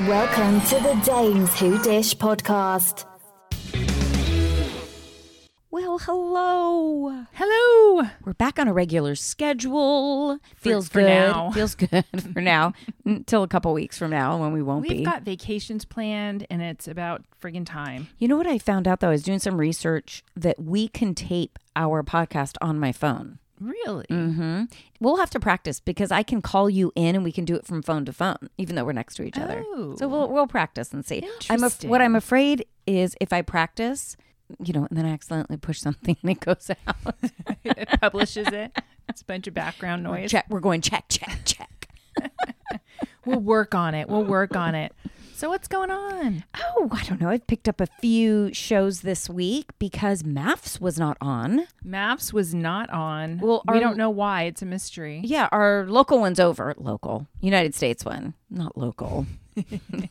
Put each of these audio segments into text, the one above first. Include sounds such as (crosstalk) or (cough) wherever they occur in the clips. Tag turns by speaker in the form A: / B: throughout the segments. A: Welcome to the Dames Who Dish podcast.
B: Well, hello.
C: Hello.
B: We're back on a regular schedule. Feels
C: for
B: good.
C: now.
B: (laughs) Feels good for now. Until a couple weeks from now when we won't be.
C: We've got vacations planned and it's about friggin' time.
B: you know what I found out though? I was doing some research that we can tape our podcast on my phone.
C: Really?
B: hmm We'll have to practice because I can call you in and we can do it from phone to phone, even though we're next to each other. So
C: Oh.
B: we'll we'll practice and see. I'm af- what I'm afraid is if I practice, you know, and then I accidentally push something (laughs) and it goes out.
C: It publishes it. It's a bunch
B: (laughs)
C: of background noise.
B: check. We're going check check check.
C: We'll work on it. We'll work on it. So what's going on?
B: Oh, I don't know. I've picked up a few shows this week because MAFS was not on.
C: Maps was not on.
B: Well,
C: we
B: our-
C: don't know why. It's a mystery.
B: Yeah, our local one's over. Local. United States one. Not
C: (laughs)
B: local.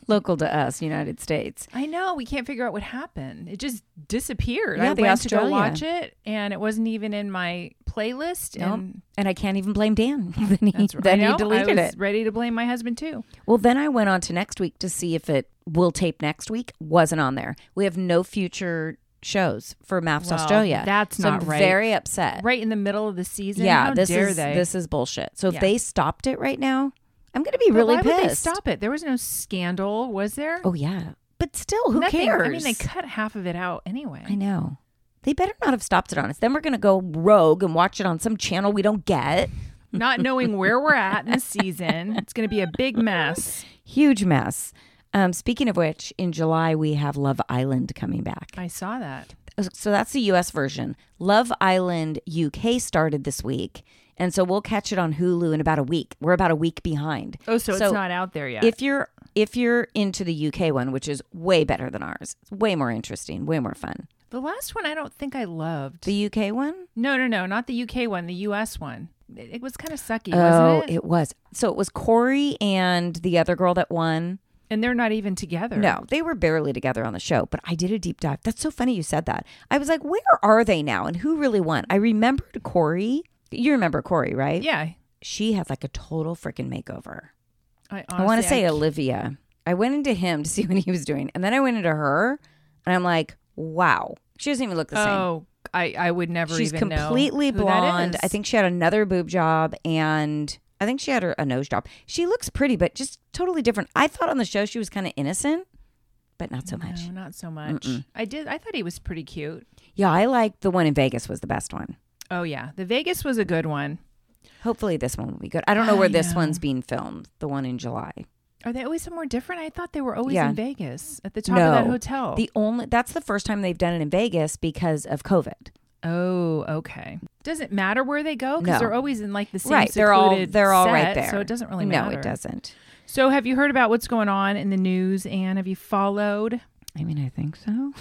B: local to us, United States.
C: I know. We can't figure out what happened. It just disappeared.
B: Yeah,
C: I
B: the
C: went to
B: Australia.
C: go watch it and it wasn't even in my playlist. And
B: And I can't even blame Dan. (laughs) then he,
C: that's right.
B: then
C: I
B: he
C: know.
B: deleted
C: I was
B: it.
C: ready to blame my husband too.
B: Well, then I went on to next week to see if it will tape next week. Wasn't on there. We have no future shows for MAFS
C: Well,
B: Australia.
C: that's
B: so
C: not
B: I'm
C: right.
B: very upset.
C: Right in the middle of the season.
B: Uh, Yeah,
C: How
B: this
C: dare
B: is
C: they?
B: this is bullshit. So if
C: Yeah.
B: they stopped it right now, I'm gonna be
C: But
B: really
C: why
B: pissed.
C: Would they stop it. There was no scandal, was there?
B: Oh yeah, but still, who
C: Nothing.
B: cares?
C: I mean, they cut half of it out anyway.
B: I know. They better not have stopped it on us. Then we're gonna go rogue and watch it on some channel we don't get.
C: Not knowing where we're at
B: (laughs)
C: in the season, it's going to be a big mess.
B: Huge mess. Um, speaking of which, in July we have Love Island coming back.
C: I saw that.
B: So that's the U.S. version. Love Island UK started this week, and so we'll catch it on Hulu in about a week. We're about a week behind.
C: Oh, so, it's not out there yet.
B: if you're if you're into the UK one, which is way better than ours, it's way more interesting, way more fun.
C: the last one, I don't think I loved.
B: The UK one?
C: no, no, no, not the UK one. The US one. It, it was kind of sucky,
B: oh,
C: wasn't it?
B: it? was. So it was Corey and the other girl that won.
C: And they're not even together.
B: No, they were barely together on the show, but I did a deep dive. That's so funny you said that. I was like, where are they now and who really won? I remembered Corey. You remember Corey, right?
C: Yeah.
B: She had like a total freaking makeover.
C: I,
B: I want to
C: honestly,
B: say Olivia. I went into him to see what he was doing, and then I went into her, and I'm like, wow, she doesn't even look the same.
C: Oh, I, I would never
B: She's
C: even know
B: completely
C: who that
B: blonde.
C: is.
B: I think she had another boob job and I think she had her, a nose job. She looks pretty, but just totally different. I thought on the show she was kind of innocent, but not so much.
C: No, not so much. I did. I thought he was pretty cute.
B: Yeah, I liked the one in Vegas was the best one.
C: Oh yeah, the Vegas was a good one.
B: Hopefully this one will be good. I don't know where
C: I
B: this
C: know.
B: one's being filmed, the one in July.
C: Are they always somewhere different? I thought they were always
B: Yeah.
C: in Vegas at the top of that hotel.
B: The only that's the first time they've done it in Vegas because of COVID.
C: oh, okay. Doesn't matter where they go because
B: No.
C: they're always in like the same
B: right. They're all
C: secluded
B: they're all right
C: set,
B: there.
C: So it doesn't really
B: no,
C: matter.
B: it doesn't.
C: So have you heard about what's going on in the news? And have you followed?
B: I mean, I think
C: (laughs)
B: so.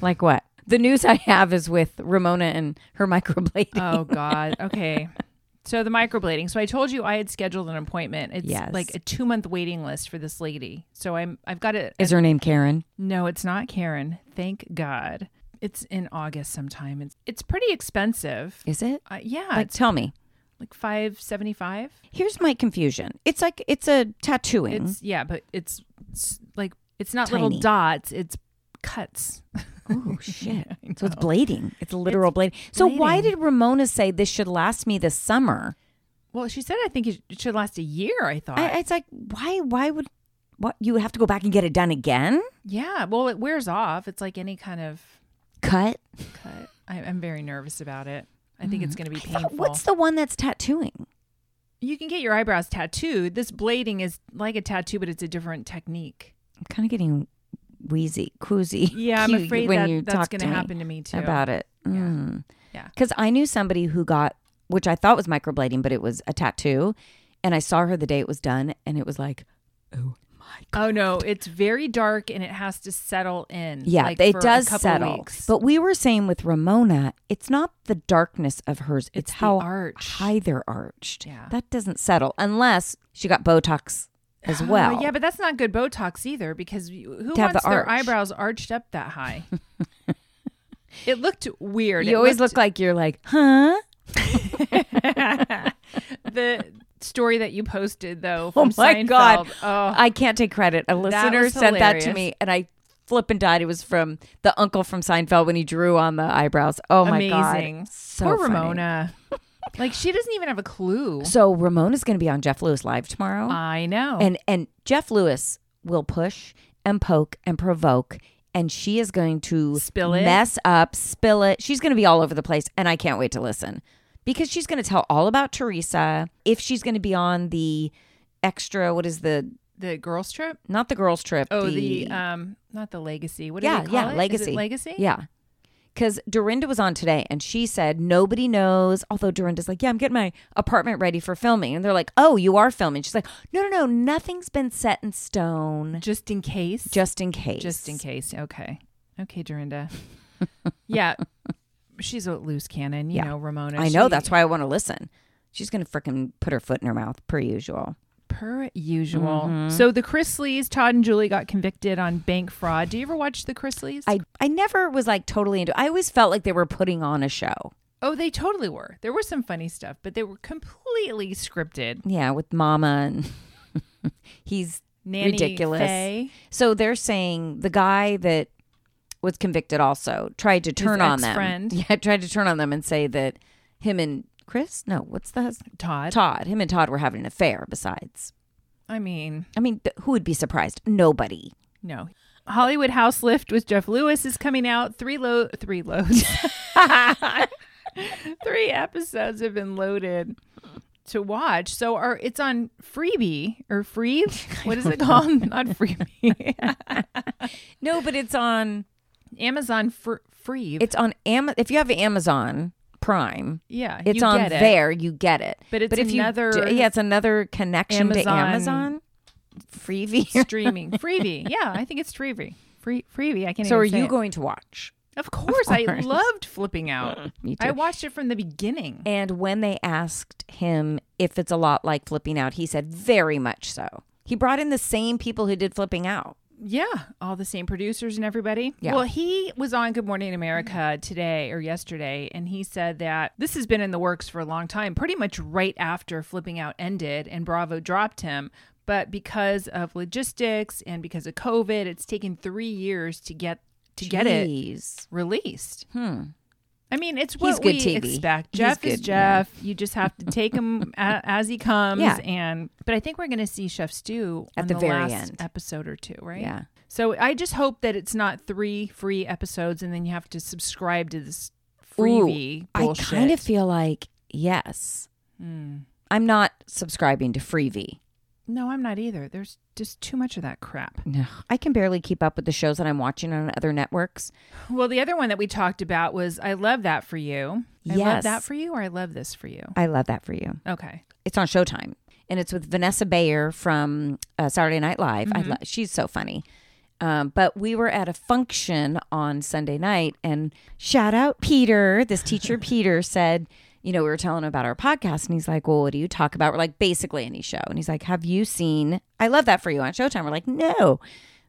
B: like what? The news I have is with Ramona and her microblading.
C: Oh
B: (laughs)
C: God. Okay. So the microblading. So I told you I had scheduled an appointment. It's
B: Yes.
C: like a two month waiting list for this lady. So I'm I've got it.
B: Is her name Karen?
C: No, it's not Karen. Thank God. It's in August sometime. It's it's pretty expensive.
B: Is it?
C: Uh, yeah,
B: Like, Mm-hmm.
C: it's
B: tell me.
C: like five seventy five.
B: Here's my confusion. It's like it's a tattooing.
C: It's yeah, but it's, it's like it's not
B: Tiny.
C: little dots. It's cuts.
B: oh shit! so it's blading. It's literal blading. So why
C: blading.
B: did Ramona say this should last me this summer?
C: Well, she said I think it should last a year. I thought.
B: I, it's like why? Why would what you have to go back and get it done again?
C: yeah. Well, it wears off. It's like any kind of
B: Cut.
C: cut. I, I'm very nervous about it. I think it's going to be
B: Mm-hmm. Thought-
C: painful.
B: What's the one that's tattooing?
C: you can get your eyebrows tattooed. This blading is like a tattoo, but it's a different technique.
B: I'm kind of getting wheezy, quoozy.
C: Yeah, I'm
B: cute
C: afraid
B: when
C: that-
B: you
C: that's
B: talk
C: going
B: to
C: to
B: me
C: happen to me too.
B: about it. Mm.
C: Yeah.
B: Because I knew somebody who got, which I thought was microblading, but it was a tattoo. And I saw her the day it was done, and it was like, oh my God.
C: Oh no, it's very dark and it has to settle in.
B: Yeah,
C: like,
B: it
C: for a
B: does
C: couple
B: settle.
C: weeks.
B: But we were saying with Ramona, it's not the darkness of hers, it's,
C: It's the
B: how
C: arch.
B: high they're arched.
C: Yeah.
B: That doesn't settle unless she got Botox as
C: (gasps) Oh,
B: well.
C: yeah, but that's not good Botox either because you- who
B: To have
C: wants
B: the
C: their
B: arch.
C: eyebrows arched up that high? (laughs) it looked weird.
B: you always look like (laughs) you're like, huh?
C: look (laughs) the. story that you posted though.
B: Oh
C: From
B: my
C: Seinfeld.
B: god!
C: Oh,
B: I can't take credit. A listener
C: was
B: sent that to
C: hilarious.
B: me, and I flip and died. It was from the uncle from Seinfeld when he drew on the eyebrows. Oh my
C: amazing.
B: god! So
C: Poor
B: funny. (laughs)
C: Ramona. like she doesn't even have a clue.
B: So Ramona's going to be on Jeff Lewis live tomorrow,
C: I know.
B: and and Jeff Lewis will push and poke and provoke. And she is going to
C: Spill it?
B: mess up, spill it. She's going to be all over the place, and I can't wait to listen because she's going to tell all about Teresa. If she's going to be on the extra, what is the
C: the girls trip.
B: not the girls trip?
C: Oh, the, um, not the legacy. What do
B: yeah,
C: they call
B: yeah,
C: it? Is it
B: legacy,
C: legacy.
B: yeah. Because Dorinda was on today, and she said nobody knows. Although Dorinda's like, "Yeah, I'm getting my apartment ready for filming," and they're like, "Oh, you are filming?" She's like, "No, no, no, nothing's been set in stone,
C: Just in case.
B: just in case."
C: Just in case. Okay.
B: (laughs)
C: Okay, Dorinda. yeah. She's a loose cannon, you
B: Yeah.
C: know, Ramona.
B: I know
C: She-
B: that's why I want to listen. She's gonna freaking put her foot in her mouth, per usual.
C: per usual.
B: Mm-hmm.
C: So the Chrisleys, Todd and Julie got convicted on bank fraud. Do you ever watch the Chrisleys?
B: I I never was like totally into. I always felt like they were putting on a show.
C: oh, they totally were. There was some funny stuff, but they were completely scripted.
B: Yeah, with Mama and (laughs) he's
C: Nanny
B: ridiculous.
C: Faye,
B: So they're saying the guy that was convicted also tried to turn on them.
C: ex-friend.
B: (laughs) Yeah, tried to turn on them and say that him and Chris, no, what's the husband?
C: Todd.
B: Todd, him and Todd were having an affair besides.
C: I mean,
B: I mean, th- who would be surprised? Nobody.
C: no. Hollywood House Lift with Jeff Lewis is coming out. Three load, three loads. (laughs) three episodes have been loaded to watch. So our it's on Freebie
B: (laughs)
C: or Free. What is it called? Not Freebie.
B: No, but it's on
C: Amazon for Free.
B: it's on Am- if you have Amazon Prime,
C: yeah,
B: it's
C: you
B: on
C: get it.
B: there, you get it.
C: But it's
B: but if
C: another
B: you d- yeah, (laughs) it's another connection to
C: Amazon-
B: Amazon freebie.
C: streaming Freebie. Yeah, I think it's Freebie. Free Freebie. I
B: (laughs)
C: can't.
B: so
C: even
B: are
C: say
B: you
C: it.
B: going to watch?
C: Of course, I loved
B: (laughs)
C: flipping out.
B: Me
C: I watched it from the beginning.
B: And when they asked him if it's a lot like flipping out, he said, very much so. He brought in the same people who did flipping out.
C: Yeah, all the same producers and everybody.
B: Yeah.
C: Well, he was on Good Morning America today or yesterday, and he said that this has been in the works for a long time, pretty much right after Flipping Out ended and Bravo dropped him. But because of logistics and because of COVID, it's taken three years to get to get it
B: Jeez.
C: released. Hmm. I mean, it's what
B: good
C: we
B: TV.
C: expect.
B: He's
C: Jeff is
B: good, yeah.
C: Jeff. You just have to take
B: (laughs)
C: him a, as he comes.
B: Yeah.
C: And but I think we're going to see Chef Stew
B: At
C: on
B: the very
C: last
B: end.
C: episode or two, right?
B: Yeah.
C: So I just hope that it's not three free episodes and then you have to subscribe to this freebie
B: Ooh, I
C: bullshit.
B: kind of feel like, yes. I'm not subscribing to Freevee.
C: no, I'm not either. There's just too much of that crap.
B: No. I can barely keep up with the shows that I'm watching on other networks.
C: Well, the other one that we talked about was I love that for you. I love
B: Yes.
C: that for you or I love this for you.
B: I love that for you.
C: Okay.
B: It's on Showtime, and it's with Vanessa Bayer from uh, Saturday Night Live. I lo- she's so funny. Um, but we were at a function on Sunday night, and shout out Peter, this teacher Peter said, you know, we were telling him about our podcast, and he's like, "Well, what do you talk about?" We're like, basically any show, and he's like, "Have you seen I Love That for You on Showtime?" We're like, "No,"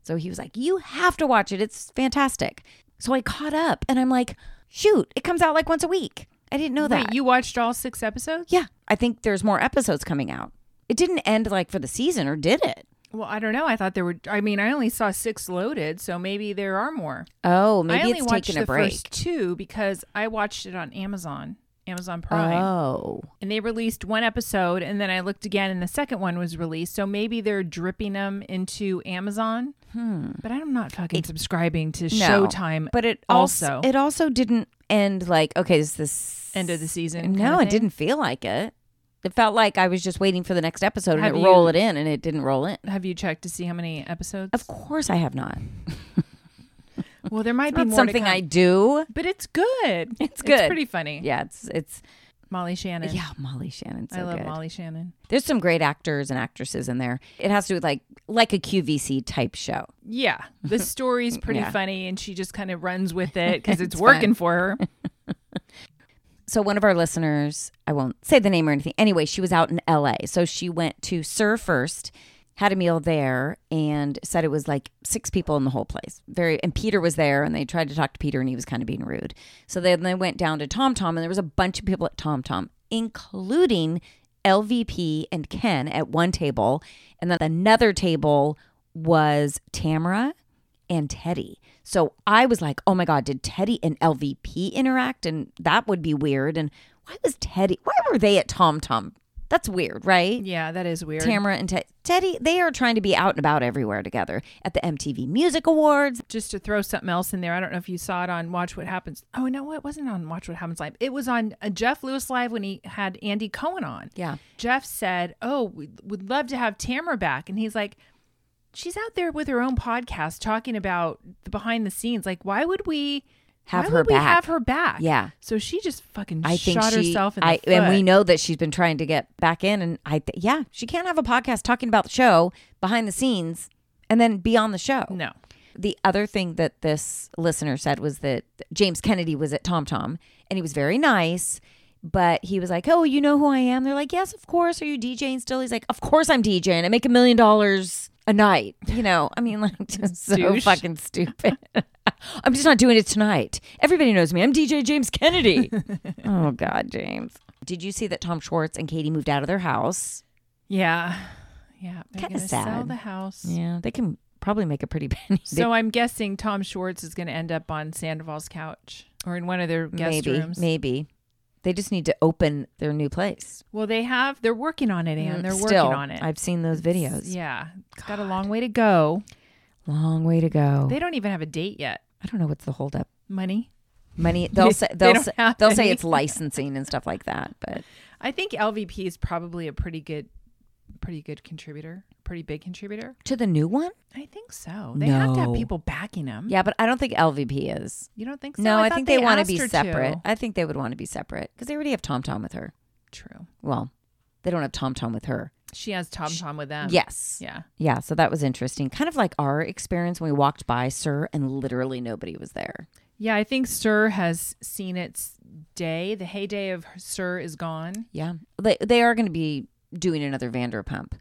B: so he was like, "You have to watch it; it's fantastic." So I caught up, and I'm like, "Shoot, it comes out like once a week." I didn't know that.
C: Wait, you watched all six episodes?
B: Yeah, I think there's more episodes coming out. It didn't end like for the season, or did it?
C: Well, I don't know. I thought there were I mean, I only saw six loaded, so maybe there are more.
B: Oh,
C: I
B: maybe
C: only
B: it's
C: watched
B: taking a
C: the
B: break.
C: first two because I watched it on Amazon. Amazon Prime.
B: Oh,
C: and they released one episode and then i looked again and the second one was released so maybe they're dripping them into amazon but i'm not fucking subscribing to
B: Hmm. no.
C: showtime
B: But it
C: also,
B: also it also didn't end like okay, is this
C: end of the season
B: No,
C: kind of
B: it
C: thing.
B: didn't feel like it. It felt like I was just waiting for the next episode
C: Have
B: and it
C: you-
B: roll it in, and it didn't roll in.
C: have you checked to see how many episodes
B: Of course, I have not.
C: well there might be
B: Not
C: more
B: something
C: to come.
B: I do.
C: but it's good
B: (laughs) It's good.
C: pretty funny
B: Yeah, it's it's
C: molly shannon
B: yeah. Molly Shannon. So
C: i love
B: good.
C: molly shannon
B: There's some great actors and actresses in there. It has to do with like like a QVC type show.
C: yeah
B: (laughs)
C: the story's pretty
B: Yeah.
C: funny and she just kind of runs with it because
B: (laughs)
C: it's,
B: It's
C: working for her
B: so one of our listeners, I won't say the name or anything. Anyway, she was out in LA. So she went to Sir First, had a meal there, and said it was like six people in the whole place. Very and Peter was there and they tried to talk to Peter and he was kind of being rude. So then they went down to Tom Tom and there was a bunch of people at Tom Tom, including LVP and Ken at one table, and then another table was Tamara and Teddy. So I was like, oh my God, did Teddy and LVP interact? And that would be weird. And why was Teddy, why were they at Tom Tom? That's weird, right?
C: Yeah, that is weird.
B: Tamara and Ted Teddy, they are trying to be out and about everywhere together at the MTV Music Awards.
C: just to throw something else in there, I don't know if you saw it on Watch What Happens. Oh, no, it wasn't on Watch What Happens Live. It was on uh, Jeff Lewis Live when he had Andy Cohen on.
B: Yeah.
C: Jeff said, Oh, we would love to have Tamara back. And he's like, She's out there with her own podcast talking about the behind the scenes. Like, why would we
B: Have
C: why
B: her
C: would we
B: back.
C: have her back?
B: Yeah.
C: So she just fucking
B: I think
C: shot
B: she,
C: herself in the
B: I, and we
C: foot.
B: know that she's been trying to get back in. And I, th- yeah, she can't have a podcast talking about the show behind the scenes and then be on the show.
C: No.
B: The other thing that this listener said was that James Kennedy was at Tom Tom and he was very nice, but he was like, Oh, you know who I am? They're like, Yes, of course. Are you DJing still? He's like, Of course I'm DJing. I make a million dollars a night. (laughs) You know, I mean, like, (laughs) just so
C: Douche.
B: fucking stupid. (laughs) I'm just not doing it tonight. Everybody knows me. I'm DJ James
C: (laughs)
B: Kennedy. oh, God, James. Did you see that Tom Schwartz and Katie moved out of their house?
C: Yeah. Yeah. They're
B: Kinda
C: gonna Sell
B: sad.
C: the house.
B: Yeah, they can probably make a pretty (laughs) penny.
C: So I'm guessing Tom Schwartz is going to end up on Sandoval's couch or in one of their guest
B: maybe,
C: rooms.
B: maybe they just need to open their new place.
C: Well, they have. They're working on it, Anne. They're
B: Mm, Still,
C: working on it.
B: I've seen those videos.
C: yeah, it's got a long way to go.
B: Long way to go.
C: They don't even have a date yet.
B: I don't know what's the holdup.
C: Money.
B: Money.
C: (laughs)
B: They'll say
C: they
B: they'll
C: don't
B: say,
C: have
B: they'll say
C: any.
B: it's licensing and stuff like that. But
C: I think LVP is probably a pretty good, pretty good contributor, pretty big contributor.
B: to the new one,
C: I think so. They have to have
B: No.
C: people backing them.
B: yeah. But I don't think LVP is.
C: You don't think so?
B: No, I,
C: thought
B: think they, want to
C: asked
B: be
C: her
B: separate. I think they would want to be separate because they already have Tom Tom with her.
C: True.
B: Well, they don't have Tom Tom with her.
C: She has Tom Tom with them.
B: yes.
C: Um, Yeah.
B: Yeah, so that was interesting. Kind of like our experience when we walked by Sir and literally nobody was there.
C: Yeah. I think Sir has seen its day. The heyday of Sir is gone.
B: Yeah. They they are going to be doing another Vanderpump.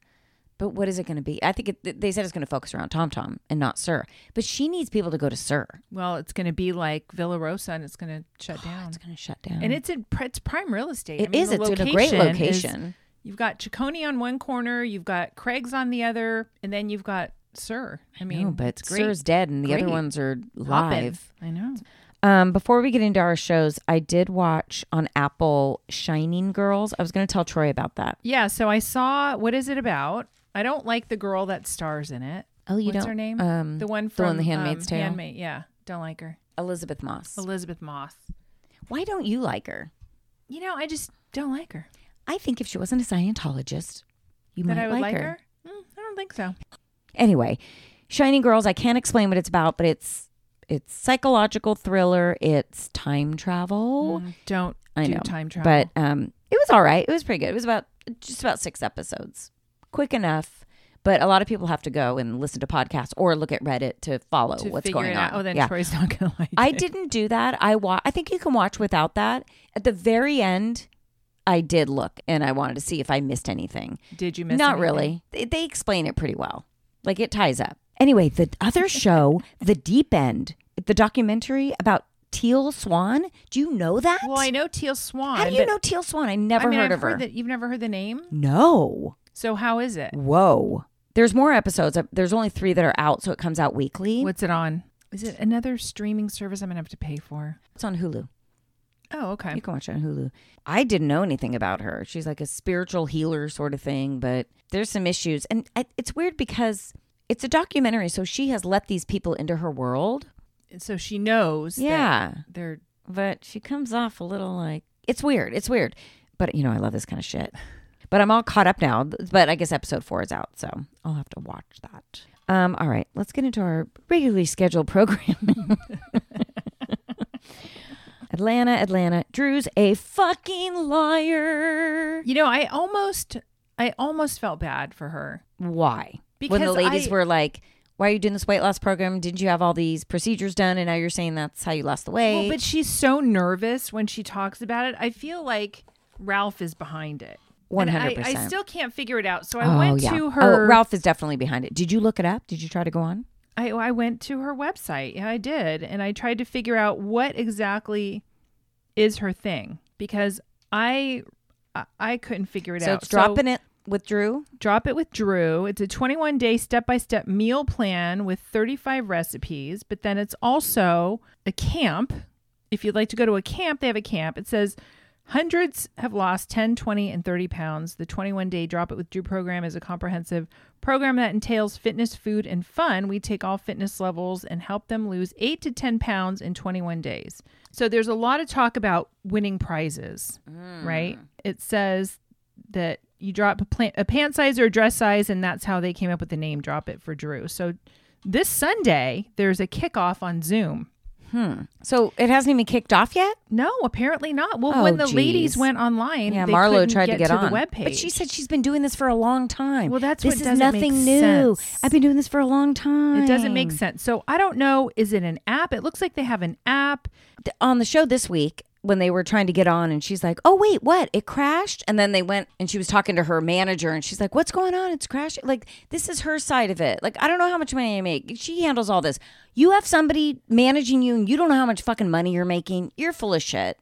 B: But what is it going to be? I think it, they said it's going to focus around Tom Tom and not Sir. But she needs people to go to Sir.
C: Well, it's going to be like Villa Rosa, and it's going to shut down.
B: Oh, It's going to shut down.
C: And it's in pr- it's prime real estate.
B: It is.
C: the
B: It's in a great
C: is-
B: location.
C: you've got Chicone on one corner, you've got Craig's on the other, and then you've got Sir. I mean,
B: no, but
C: it's great.
B: Sir's dead and the other
C: Great.
B: ones are
C: Hoppin'.
B: live.
C: I know.
B: Um, before we get into our shows, I did watch on Apple Shining Girls. I was going to tell Troy about that.
C: Yeah. So I saw. What is it about? I don't like the girl that stars in it.
B: Oh, you
C: What's
B: don't-
C: her name?
B: um,
C: the one
B: the
C: from
B: one in The Handmaid's
C: um,
B: Tale?
C: Handmaid. Yeah, don't like her.
B: Elizabeth Moss.
C: Elizabeth Moss.
B: Why don't you like her?
C: You know, I just don't like her.
B: I think if she wasn't a Scientologist, you
C: that
B: might
C: I would
B: like, her.
C: Mm, I don't think so.
B: Anyway, Shining Girls, I can't explain what it's about, but it's it's psychological thriller, it's time travel.
C: Mm, Don't
B: I
C: do
B: know.
C: time travel.
B: But um it was all right. It was pretty good. It was about just about 6 episodes. Quick enough. But a lot of people have to go and listen to podcasts or look at Reddit to follow
C: to
B: what's
C: figure
B: going
C: it
B: on.
C: out. Oh, then
B: Yeah.
C: Troy's not gonna like
B: I
C: it.
B: didn't do that. I wa- I think you can watch without that. At the very end, I did look and I wanted to see if I missed anything.
C: Did you miss?
B: Not
C: anything?
B: really. They, they explain it pretty well. Like it ties up. Anyway, the
C: (laughs)
B: other show, The Deep End, the documentary about Teal Swan. Do you know that?
C: Well, I know Teal Swan.
B: How do you
C: but-
B: know Teal Swan? I never
C: I mean,
B: heard
C: I've
B: of her.
C: That, you've never heard the name.
B: no.
C: So how is it?
B: Whoa. There's more episodes. There's only three that are out, so it comes out weekly.
C: What's it on? Is it another streaming service I'm gonna have to pay for?
B: It's on Hulu.
C: Oh, okay.
B: You can watch it on Hulu. I didn't know anything about her. She's like a spiritual healer sort of thing, but there's some issues. And I, it's weird because it's a documentary, so she has let these people into her world.
C: So she knows. that
B: Yeah.
C: they're
B: but she comes off a little like it's weird. It's weird. But you know, I love this kind of
C: (laughs)
B: shit. But I'm all caught up now. But I guess episode four is out, so I'll have to watch that. Um, all right, let's get into our regularly scheduled programming. (laughs) Atlanta, Atlanta. Drew's a fucking liar.
C: you know, I almost I almost felt bad for her.
B: Why? when the
C: Because
B: ladies
C: I-
B: were like, "Why are you doing this weight loss program? Didn't you have all these procedures done, and now you're saying that's how you lost the weight?"
C: Well, but she's so nervous when she talks about it. I feel like Ralph is behind it. And I-
B: 100%.
C: I, still can't figure it out. So I went to her.
B: Oh, Ralph is definitely behind it. Did you look it up? Did you try to go on?
C: I, I went to her website. Yeah, I did. And I tried to figure out what exactly is her thing because I I, I couldn't figure it
B: So
C: out.
B: it's dropping it with Drew.
C: Drop It with Drew. It's a 21 day step by step meal plan with 35 recipes, but then it's also a camp. If you'd like to go to a camp, they have a camp. It says hundreds have lost 10, 20, and 30 pounds. The 21 day Drop It with Drew program is a comprehensive program that entails fitness, food, and fun. We take all fitness levels and help them lose 8 to 10 pounds in 21 days. So there's a lot of talk about winning prizes, right?
B: Mm.
C: It says that you drop a, plant, a pant size or a dress size, and that's how they came up with the name Drop It for Drew. So this Sunday, there's a kickoff on Zoom.
B: So it hasn't even kicked off yet.
C: No, apparently not. Well,
B: Oh,
C: when the
B: geez.
C: ladies went online,
B: Yeah,
C: they
B: Marlo
C: couldn't
B: tried to get
C: to
B: on
C: the webpage.
B: but she said she's been doing this for a long time.
C: Well, that's
B: this
C: what
B: is
C: doesn't make
B: nothing new.
C: sense.
B: I've been doing this for a long time.
C: it doesn't make sense. So I don't know. Is it an app? It looks like they have an app.
B: th- on the show this week when they were trying to get on and she's like, "Oh wait, what? It crashed?" And then they went and she was talking to her manager and she's like, "What's going on? It's crashing." Like this is her side of it. Like I don't know how much money I make. She handles all this. You have somebody managing you and you don't know how much fucking money you're making. You're full of shit.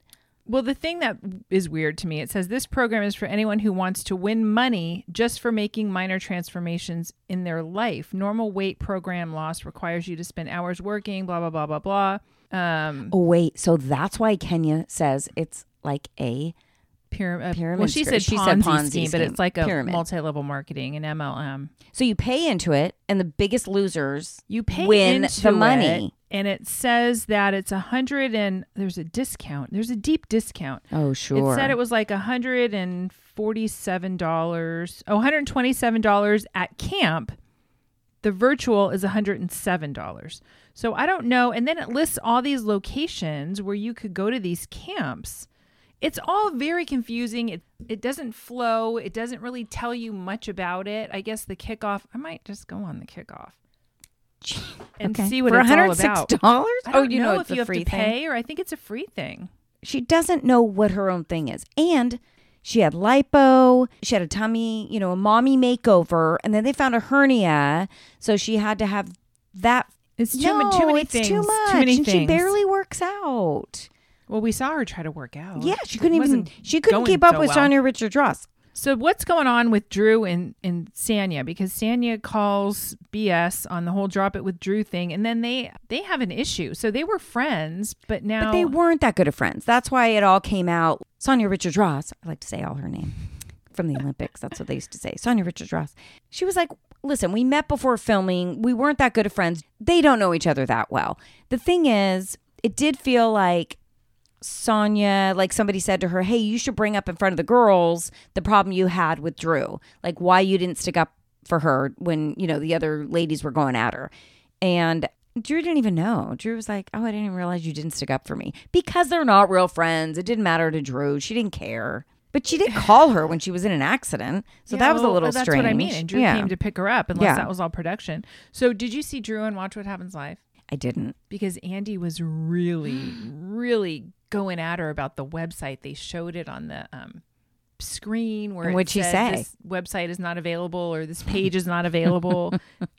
C: Well, the thing that is weird to me, it says this program is for anyone who wants to win money just for making minor transformations in their life. Normal weight program loss requires you to spend hours working, blah, blah, blah, blah, blah. Um,
B: Oh wait, so that's why Kenya says it's like a
C: pyramid.
B: Pyramid
C: uh, well, she
B: scheme.
C: said
B: She
C: Ponzi,
B: said Ponzi
C: scheme, but
B: scheme.
C: it's like a
B: Pyramid.
C: multi-level marketing, an MLM.
B: so you pay into it and the biggest losers
C: You pay
B: win
C: into
B: the
C: it,
B: money.
C: and it says that it's a hundred and there's a discount. There's a deep discount.
B: Oh sure.
C: It said it was like $147, oh, $127 at camp. The virtual is $107. So I don't know. And then it lists all these locations where you could go to these camps. It's all very confusing. It, it doesn't flow. It doesn't really tell you much about it. I guess the kickoff, I might just go on the kickoff
B: (laughs)
C: and see what
B: For
C: it's all about.
B: dollars?
C: I
B: Oh,
C: don't
B: you know,
C: if
B: it's
C: you
B: a
C: have
B: free
C: to
B: thing.
C: pay, or I think it's a free thing.
B: she doesn't know what her own thing is. And she had lipo, she had a tummy, you know, a mommy makeover, and then they found a hernia, so she had to have that.
C: It's too,
B: no,
C: ma- too many
B: it's
C: things.
B: too much,
C: many
B: and
C: things.
B: she barely works out.
C: Well, we saw her try to work out.
B: Yeah, she
C: Oh, It
B: couldn't even
C: wasn't
B: she couldn't
C: going
B: keep up
C: so
B: with
C: well.
B: Sonia Richard Ross.
C: So what's going on with Drew and and Sanya? Because Sanya calls BS on the whole "drop it with Drew" thing, and then they they have an issue. So they were friends, but now
B: But they weren't that good of friends. That's why it all came out. Sonia Richards Ross, I like to say all her name from the Olympics. That's what they used to say. Sonia Richards Ross. She was like, listen, we met before filming. We weren't that good of friends. They don't know each other that well. The thing is, it did feel like Sonia, like somebody said to her, hey, you should bring up in front of the girls the problem you had with Drew, like why you didn't stick up for her when, you know, the other ladies were going at her. And Drew didn't even know. Drew was like, oh, I didn't even realize you didn't stick up for me because they're not real friends. It didn't matter to Drew. She didn't care. But she did call her when she was in an accident. So
C: Yeah,
B: that was a
C: well,
B: little
C: that's
B: strange.
C: what I mean. And Drew
B: yeah.
C: came to pick her up, unless
B: Yeah.
C: that was all production. So did you see Drew and Watch What Happens Live?
B: I didn't.
C: Because Andy was
B: (gasps)
C: really, really going at her about the website. They showed it on the um, screen where
B: And
C: it
B: what'd she
C: said,
B: say?
C: this website is not available or this page
B: (laughs)
C: is not available.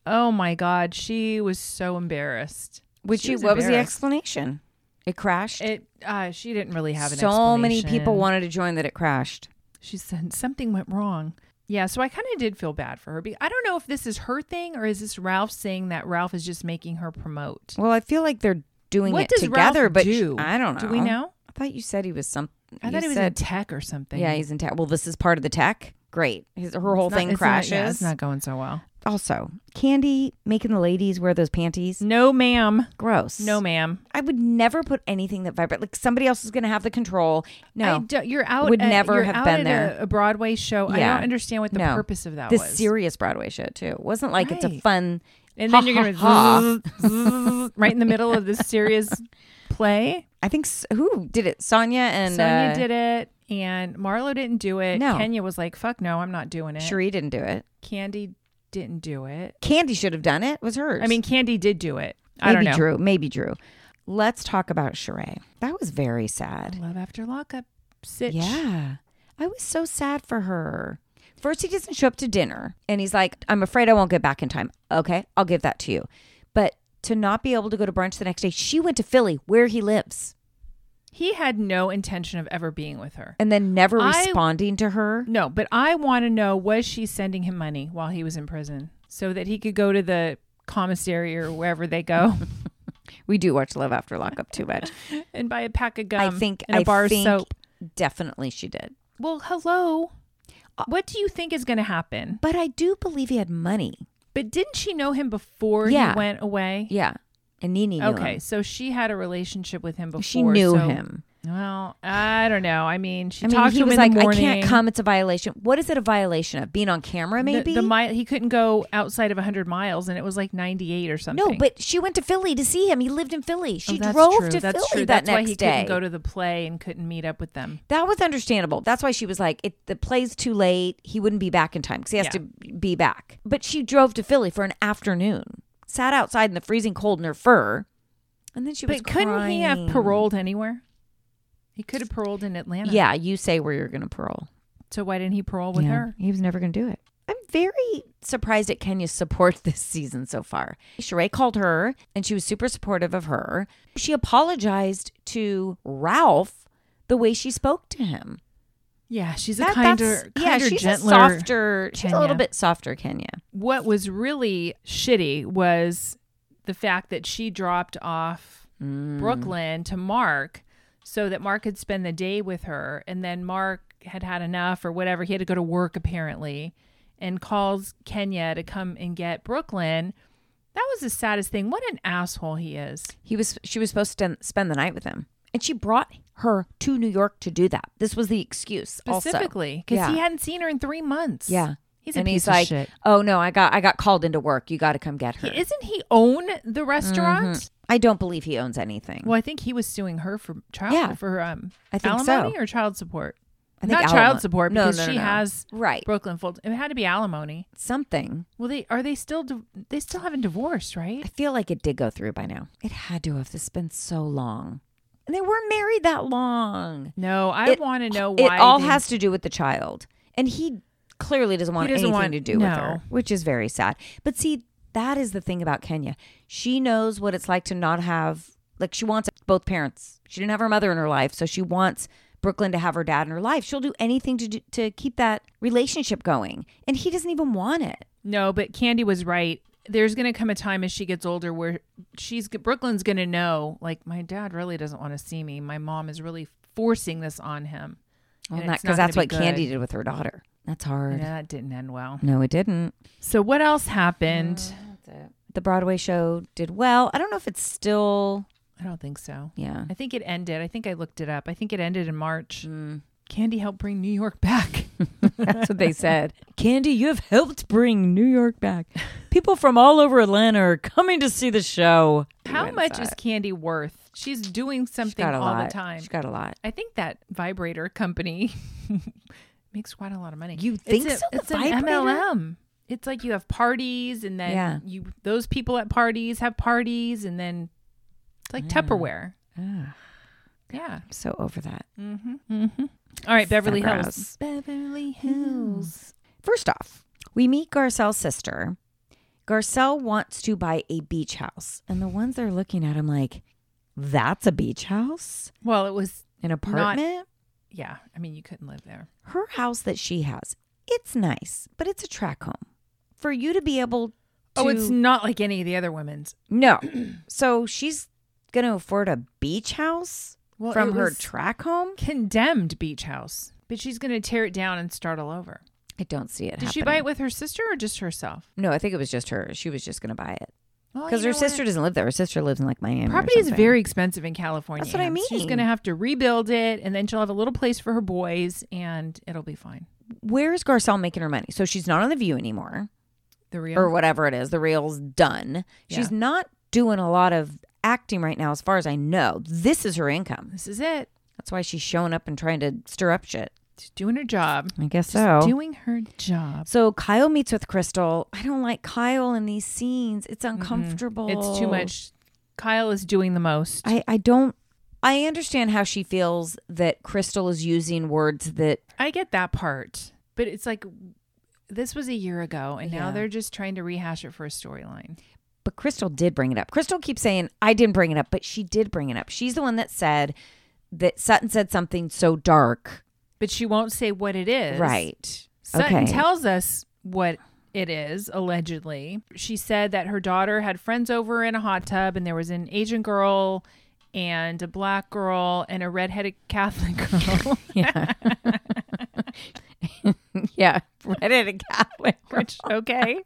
C: oh my God, she was so embarrassed.
B: Would
C: She
B: you?
C: was
B: what was the
C: embarrassed.
B: explanation? It crashed.
C: It. Uh, she didn't really have an
B: so many
C: explanation.
B: people wanted to join that it crashed.
C: She said something went wrong. Yeah, so I kind of did feel bad for her. Be- I don't know if this is her thing or is this Ralph saying that Ralph is just making her promote.
B: Well, I feel like they're doing
C: What
B: it
C: does Ralph
B: together, but sh-
C: do?
B: I don't know.
C: Do we know?
B: I thought you said he was something.
C: I thought it was in tech or something.
B: Yeah, he's in tech. Well, this is part of the tech. Great. His, her whole
C: It's not-
B: thing
C: it's not-
B: crashes.
C: yeah, it's not going so well.
B: also, Candy making the ladies wear those panties.
C: No, ma'am.
B: Gross.
C: No, ma'am.
B: I would never put anything that vibrates. Like somebody else is going to have the control.
C: I
B: No.
C: don't- you're out.
B: Would
C: at-
B: never
C: you're
B: have
C: out
B: been
C: at
B: there.
C: A, a Broadway show. I
B: Yeah.
C: don't understand what the
B: No.
C: purpose of that
B: This
C: was.
B: serious Broadway shit too. It wasn't like it's a
C: Right.
B: fun.
C: and then
B: (laughs)
C: you're gonna (laughs)
B: Ha,
C: zzz, zzz, right in the middle of this serious play.
B: I think s- who did it? Sonia and
C: Sonya
B: uh,
C: did it, and Marlo didn't do it.
B: No.
C: Kenya was like, "Fuck no, I'm not doing it."
B: Cherie didn't do it.
C: Candy didn't do it.
B: Candy should have done it. It Was hers?
C: I mean, Candy did do it.
B: maybe
C: I don't know.
B: Drew. Maybe Drew. Let's talk about Sheree. That was very sad.
C: Love after lockup. Sitch.
B: Yeah, I was so sad for her. First, he doesn't show up to dinner, and he's like, "I'm afraid I won't get back in time." Okay, I'll give that to you, but to not be able to go to brunch the next day, she went to Philly, where he lives.
C: He had no intention of ever being with her.
B: and then never
C: I-
B: responding to her.
C: No, but I want to know was she sending him money while he was in prison so that he could go to the commissary or wherever they go
B: (laughs)
C: (laughs)
B: We do watch Love After Lockup too much.
C: and buy a pack
B: I
C: of gum
B: think
C: and Um, a
B: I
C: bar of
B: think
C: soap?
B: Definitely, she did.
C: Well, hello.
B: Uh,
C: What do you think is going to happen?
B: But I do believe he had money.
C: But didn't she know him before
B: Yeah.
C: he went away?
B: Yeah, and Nini knew
C: okay,
B: him.
C: so she had a relationship with him before.
B: She knew
C: so-
B: him.
C: Well, I don't know. I mean, she
B: I mean,
C: talked
B: he
C: to him
B: was
C: in
B: like,
C: the
B: "I
C: morning.
B: can't come. It's a violation. What is it a violation of? Being on camera,
C: The-
B: maybe?
C: the, mile he couldn't go outside of 100 miles, and it was like 98 or something.
B: no, but she went to Philly to see him. He lived in Philly.
C: Oh,
B: She
C: that's
B: drove
C: true.
B: to
C: that's
B: Philly
C: true.
B: that
C: that's
B: next
C: why he
B: day.
C: couldn't go to the play and couldn't meet up with them.
B: that was understandable. That's why she was like, it, the play's too late. He wouldn't be back in time because he has
C: Yeah.
B: to be back. But she drove to Philly for an afternoon, sat outside in the freezing cold in her fur, and then she was
C: But couldn't he have
B: crying.
C: paroled anywhere? He could have paroled in Atlanta.
B: Yeah, you say where you're going to parole.
C: So why didn't he parole with
B: Yeah,
C: her?
B: He was never going to do it. I'm very surprised at Kenya's support (laughs) this season so far. Sheree called her and she was super supportive of her. She apologized to Ralph the way she spoke to him.
C: Yeah, she's
B: That-
C: a kinder,
B: that's-
C: kinder,
B: yeah, she's
C: gentler.
B: a softer, she's a little
C: Kenya.
B: bit softer Kenya.
C: What was really shitty was the fact that she dropped off
B: Mm.
C: Brooklyn to Mark so that Mark could spend the day with her. And then Mark had had enough or whatever. He had to go to work apparently and calls Kenya to come and get Brooklyn. That was the saddest thing. What an asshole he is.
B: He was she was supposed to sten- spend the night with him, and she brought her to New York to do that. This was the excuse, also.
C: Specifically, because
B: Yeah.
C: he hadn't seen her in three months.
B: Yeah,
C: He's a
B: and
C: piece
B: he's
C: of
B: like,
C: shit.
B: "Oh no, I got I got called into work. You got to come get her."
C: He- Isn't he own the restaurant?
B: I don't believe he owns anything.
C: Well, I think he was suing her for child
B: Yeah.
C: for um
B: I think so.
C: alimony or child support.
B: I
C: Not
B: alimony-
C: child support
B: No,
C: because
B: no, no,
C: she
B: no.
C: has
B: right
C: Brooklyn full. It had to be alimony.
B: something.
C: Well, they are they still di- they still haven't divorced,
B: I
C: right?
B: feel like it did go through by now. It had to have. This has been so long, and they weren't married that long.
C: No, I
B: It-
C: want to know
B: It
C: why
B: all
C: they-
B: has to do with the child, and he clearly doesn't want
C: doesn't
B: anything
C: want-
B: to do with her,
C: no.
B: which is very sad. But see, that is the thing about Kenya. She knows what it's like to not have like she wants both parents. She didn't have her mother in her life, so she wants Brooklyn to have her dad in her life. She'll do anything to do, to keep that relationship going, and he doesn't even want it.
C: No, but Candy was right. There's going to come a time as she gets older where she's Brooklyn's going to know like my dad really doesn't want to see me. My mom is really forcing this on him.
B: Well,
C: And it's
B: because
C: not gonna
B: that's
C: be
B: what Candy
C: good.
B: did with her daughter. That's hard.
C: Yeah, that didn't end well.
B: No, it didn't.
C: So what else happened?
B: The Broadway show did well. I don't know if it's still.
C: I don't think so.
B: Yeah.
C: I think it ended. I think I looked it up. I think it ended in March. Candy helped bring New York back.
B: That's what they said. Candy, you have helped bring New York back. People from all over Atlanta are coming to see the show.
C: How much is Candy worth? She's doing something all the time.
B: She got a lot.
C: I think that vibrator company (laughs) makes quite a lot of money.
B: You
C: It's
B: think
C: a-
B: so? The
C: It's an
B: vibrator?
C: MLM. It's like you have parties, and then
B: Yeah.
C: you those people at parties have parties, and then it's like Tupperware.
B: Ah,
C: Yeah. Mm-hmm.
B: I'm so over that.
C: All right, Beverly
B: So
C: Hills. Beverly
B: Hmm.
C: Hills.
B: First off, we meet Garcelle's sister. Garcelle wants to buy a beach house, and the ones they're looking at, I'm like, that's a beach house,
C: Well, it was.
B: an apartment.
C: Yeah, I mean, you couldn't live there.
B: her house that she has, it's nice, but it's a track home. For you to be able to
C: Oh, it's not like any of the other women's.
B: no. (clears throat) so she's gonna afford a beach house
C: Well,
B: from
C: it
B: her
C: was-
B: track home?
C: Condemned beach house, but she's going to tear it down and start all over.
B: I don't see it.
C: Did she buy it with her sister or just herself?
B: No, I think it was just her. She was just gonna buy it.
C: Well,
B: Because her
C: Oh, you know
B: sister
C: what?
B: doesn't live there. Her sister lives in like Miami. or
C: property is
B: something.
C: very expensive in California.
B: That's what I
C: and She's
B: mean.
C: going to have to rebuild it, and then she'll have a little place for her boys, and it'll be fine.
B: Where's Garcelle making her money? So she's not on the View anymore,
C: The real
B: or whatever it is. The reel's done. She's
C: Yeah.
B: not doing a lot of acting right now, as far as I know. This is her income.
C: this is it.
B: That's why she's showing up and trying to stir up shit.
C: She's doing her job.
B: I guess
C: Just
B: so.
C: doing her job.
B: so Kyle meets with Crystal. I don't like Kyle in these scenes. It's uncomfortable.
C: Mm-hmm. It's too much. Kyle is doing the most.
B: I, I don't I understand how she feels that Crystal is using words that
C: I get that part, but it's like this was a year ago, and now
B: Yeah.
C: they're just trying to rehash it for a storyline.
B: but Crystal did bring it up. Crystal keeps saying, I didn't bring it up, but she did bring it up. She's the one that said that Sutton said something so dark.
C: But she won't say what it is. (laughs)
B: Right. (laughs)
C: Sutton
B: Okay.
C: tells us what it is, allegedly. She said that her daughter had friends over in a hot tub and there was an Asian girl and a black girl and a redheaded (laughs) Catholic girl,
B: (laughs)
C: (laughs)
B: Yeah. Reddit Catholic.
C: (laughs) which, okay.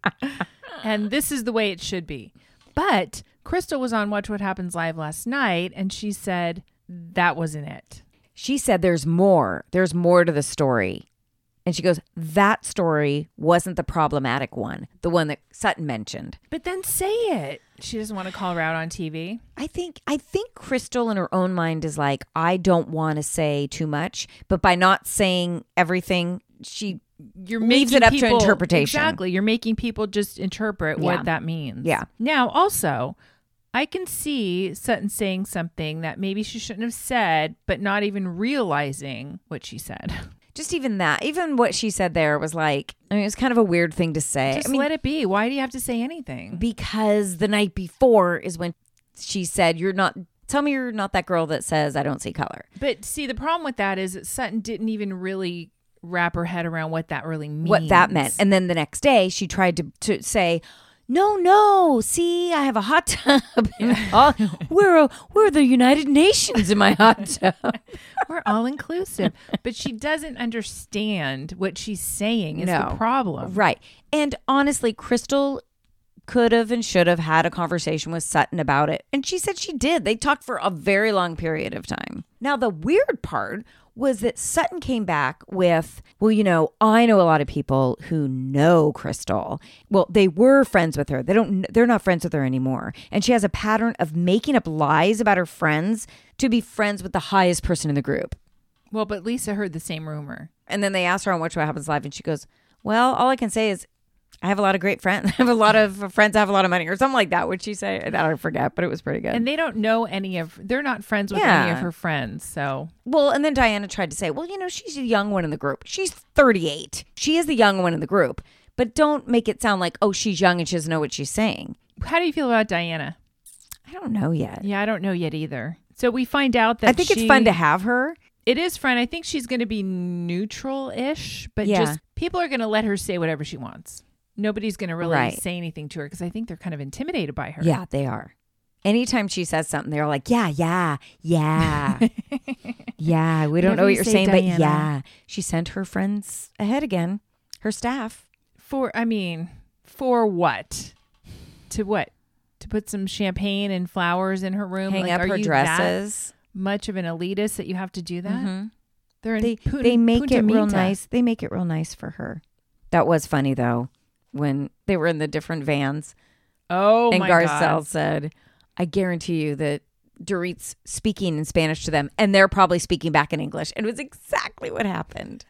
C: and this is the way it should be. But Crystal was on Watch What Happens Live last night and she said that wasn't it.
B: She said there's more. There's more to the story. And she goes, that story wasn't the problematic one, the one that Sutton mentioned.
C: But then say it. She doesn't want to call her out on TV.
B: I think I think Crystal in her own mind is like, I don't want to say too much, but by not saying everything, she
C: you're
B: leaves
C: making
B: it up to
C: people-
B: interpretation.
C: Exactly. You're making people just interpret
B: Yeah.
C: what that means.
B: Yeah.
C: Now, also, I can see Sutton saying something that maybe she shouldn't have said, but not even realizing what she said.
B: Just even that, even what she said there was like, I mean, it was kind of a weird thing to say.
C: (laughs) Just
B: I mean,
C: let it be. Why do you have to say anything?
B: because the night before is when she said, "You're not." Tell me you're not that girl that says I don't see color.
C: But see, the problem with that is that Sutton didn't even really wrap her head around what that really means.
B: What that meant. And then the next day, she tried to to say. No, no. See, I have a hot tub. (laughs) Oh, we're a, we're the United Nations in my hot tub.
C: (laughs) We're all inclusive. but she doesn't understand what she's saying is
B: No.
C: the problem.
B: Right. And honestly, Crystal could have and should have had a conversation with Sutton about it. And she said she did. They talked for a very long period of time. Now, the weird part was that Sutton came back with, well, you know, I know a lot of people who know Crystal. Well, they were friends with her. They don't they're not friends with her anymore. And she has a pattern of making up lies about her friends to be friends with the highest person in the group.
C: Well, but Lisa heard the same rumor.
B: And then they asked her on Watch What Happens Live, and she goes, "Well, all I can say is I have a lot of great friends. (laughs) I have a lot of friends. I have a lot of money, or something like that." Would she say? I don't forget, but it was pretty good.
C: And they don't know any of they're not friends with any of
B: Yeah.
C: her friends. So
B: well, and then Diana tried to say, "Well, you know, she's a young one in the group. She's 38. She is the young one in the group." But don't make it sound like, oh, she's young and she doesn't know what she's saying.
C: how do you feel about Diana?
B: I don't know yet.
C: Yeah, I don't know yet either. So we find out that
B: I think it's
C: she-
B: fun to have her.
C: it is fun. I think she's gonna be neutral ish, but
B: Yeah.
C: just people are gonna let her say whatever she wants. Nobody's gonna really
B: Right.
C: say anything to her because I think they're kind of intimidated by her.
B: Yeah, they are. Anytime she says something, they're like, yeah, yeah,
C: (laughs)
B: yeah. yeah, we don't
C: Whatever
B: know what
C: you
B: you're
C: say,
B: saying,
C: Diana.
B: but yeah. She sent her friends ahead again, her staff.
C: For I mean, for what? To what? To put some champagne and flowers in her room,
B: Hang
C: Like,
B: up
C: are
B: her
C: you that
B: dresses. Mm-hmm.
C: much of an elitist that you have to do that. They're in
B: They
C: Pun-
B: they make
C: Punta
B: it real
C: Mita.
B: nice. They make it real nice for her. That was funny though, when they were in the different vans
C: Oh
B: and
C: my
B: Garcelle
C: God.
B: said, I guarantee you that Dorit's speaking in Spanish to them and they're probably speaking back in English. And it was exactly what happened.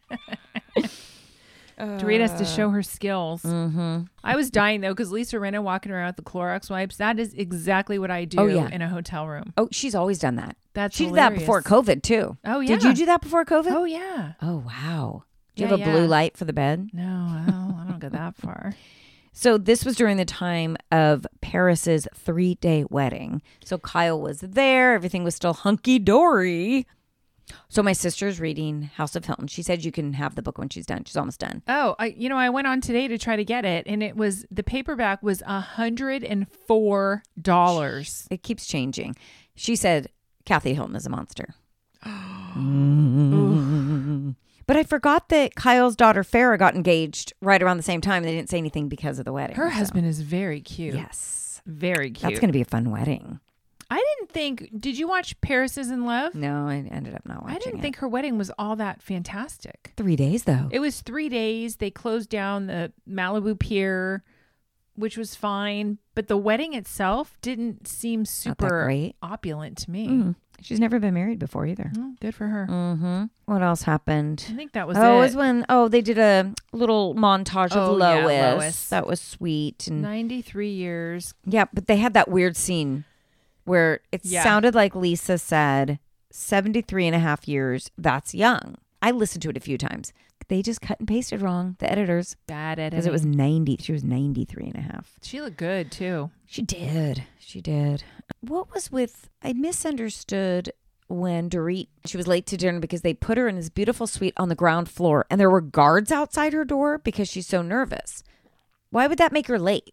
C: Dorita has to show her skills.
B: Mm-hmm.
C: I was dying though because Lisa Rinna walking around with the Clorox wipes. That is exactly what I do
B: Oh, yeah.
C: in a hotel room.
B: Oh, she's always done that.
C: That's
B: she did that
C: hilarious.
B: before COVID too.
C: Oh,
B: Did you
C: yeah.
B: do that before COVID?
C: Oh yeah.
B: Oh, wow. Do you
C: Yeah,
B: have a blue
C: yeah.
B: light for the bed?
C: No, well, I don't go that (laughs) far.
B: So this was during the time of Paris's three-day wedding. So Kyle was there. Everything was still hunky dory. So my sister's reading House of Hilton. She said you can have the book when she's done. She's almost done.
C: Oh, I you know I went on today to try to get it, and it was the paperback was a hundred and four dollars.
B: It keeps changing. She said Kathy Hilton is a (gasps) monster. but I forgot that Kyle's daughter Farah got engaged right around the same time. They didn't say anything because of the wedding.
C: Her
B: so-
C: husband is very cute.
B: Yes.
C: very cute.
B: That's going to be a fun wedding.
C: I didn't think. Did you watch Paris is in Love?
B: No, I ended up not watching
C: I didn't
B: it.
C: think her wedding was all that fantastic.
B: three days though.
C: It was three days. They closed down the Malibu Pier, which was fine, but the wedding itself didn't seem super
B: great.
C: opulent to me.
B: Mm. She's never been married before either.
C: Mm, Good for her.
B: Mm-hmm. What else
C: I
B: happened?
C: think that was
B: oh,
C: it.
B: it was when oh they did a little montage of
C: Oh, yeah,
B: Lois.
C: Lois.
B: That was sweet and
C: Ninety-three years.
B: yeah, but they had that weird scene where it
C: Yeah.
B: sounded like Lisa said 73 and a half years. That's young. I listened to it a few times. They just cut and pasted wrong, the editors,
C: Bad at
B: because it was 90. She was 93 and a half.
C: She looked good too.
B: She did. She did. What was with I misunderstood when Dorit she was late to dinner because they put her in this beautiful suite on the ground floor and there were guards outside her door because she's so nervous. Why would that make her late?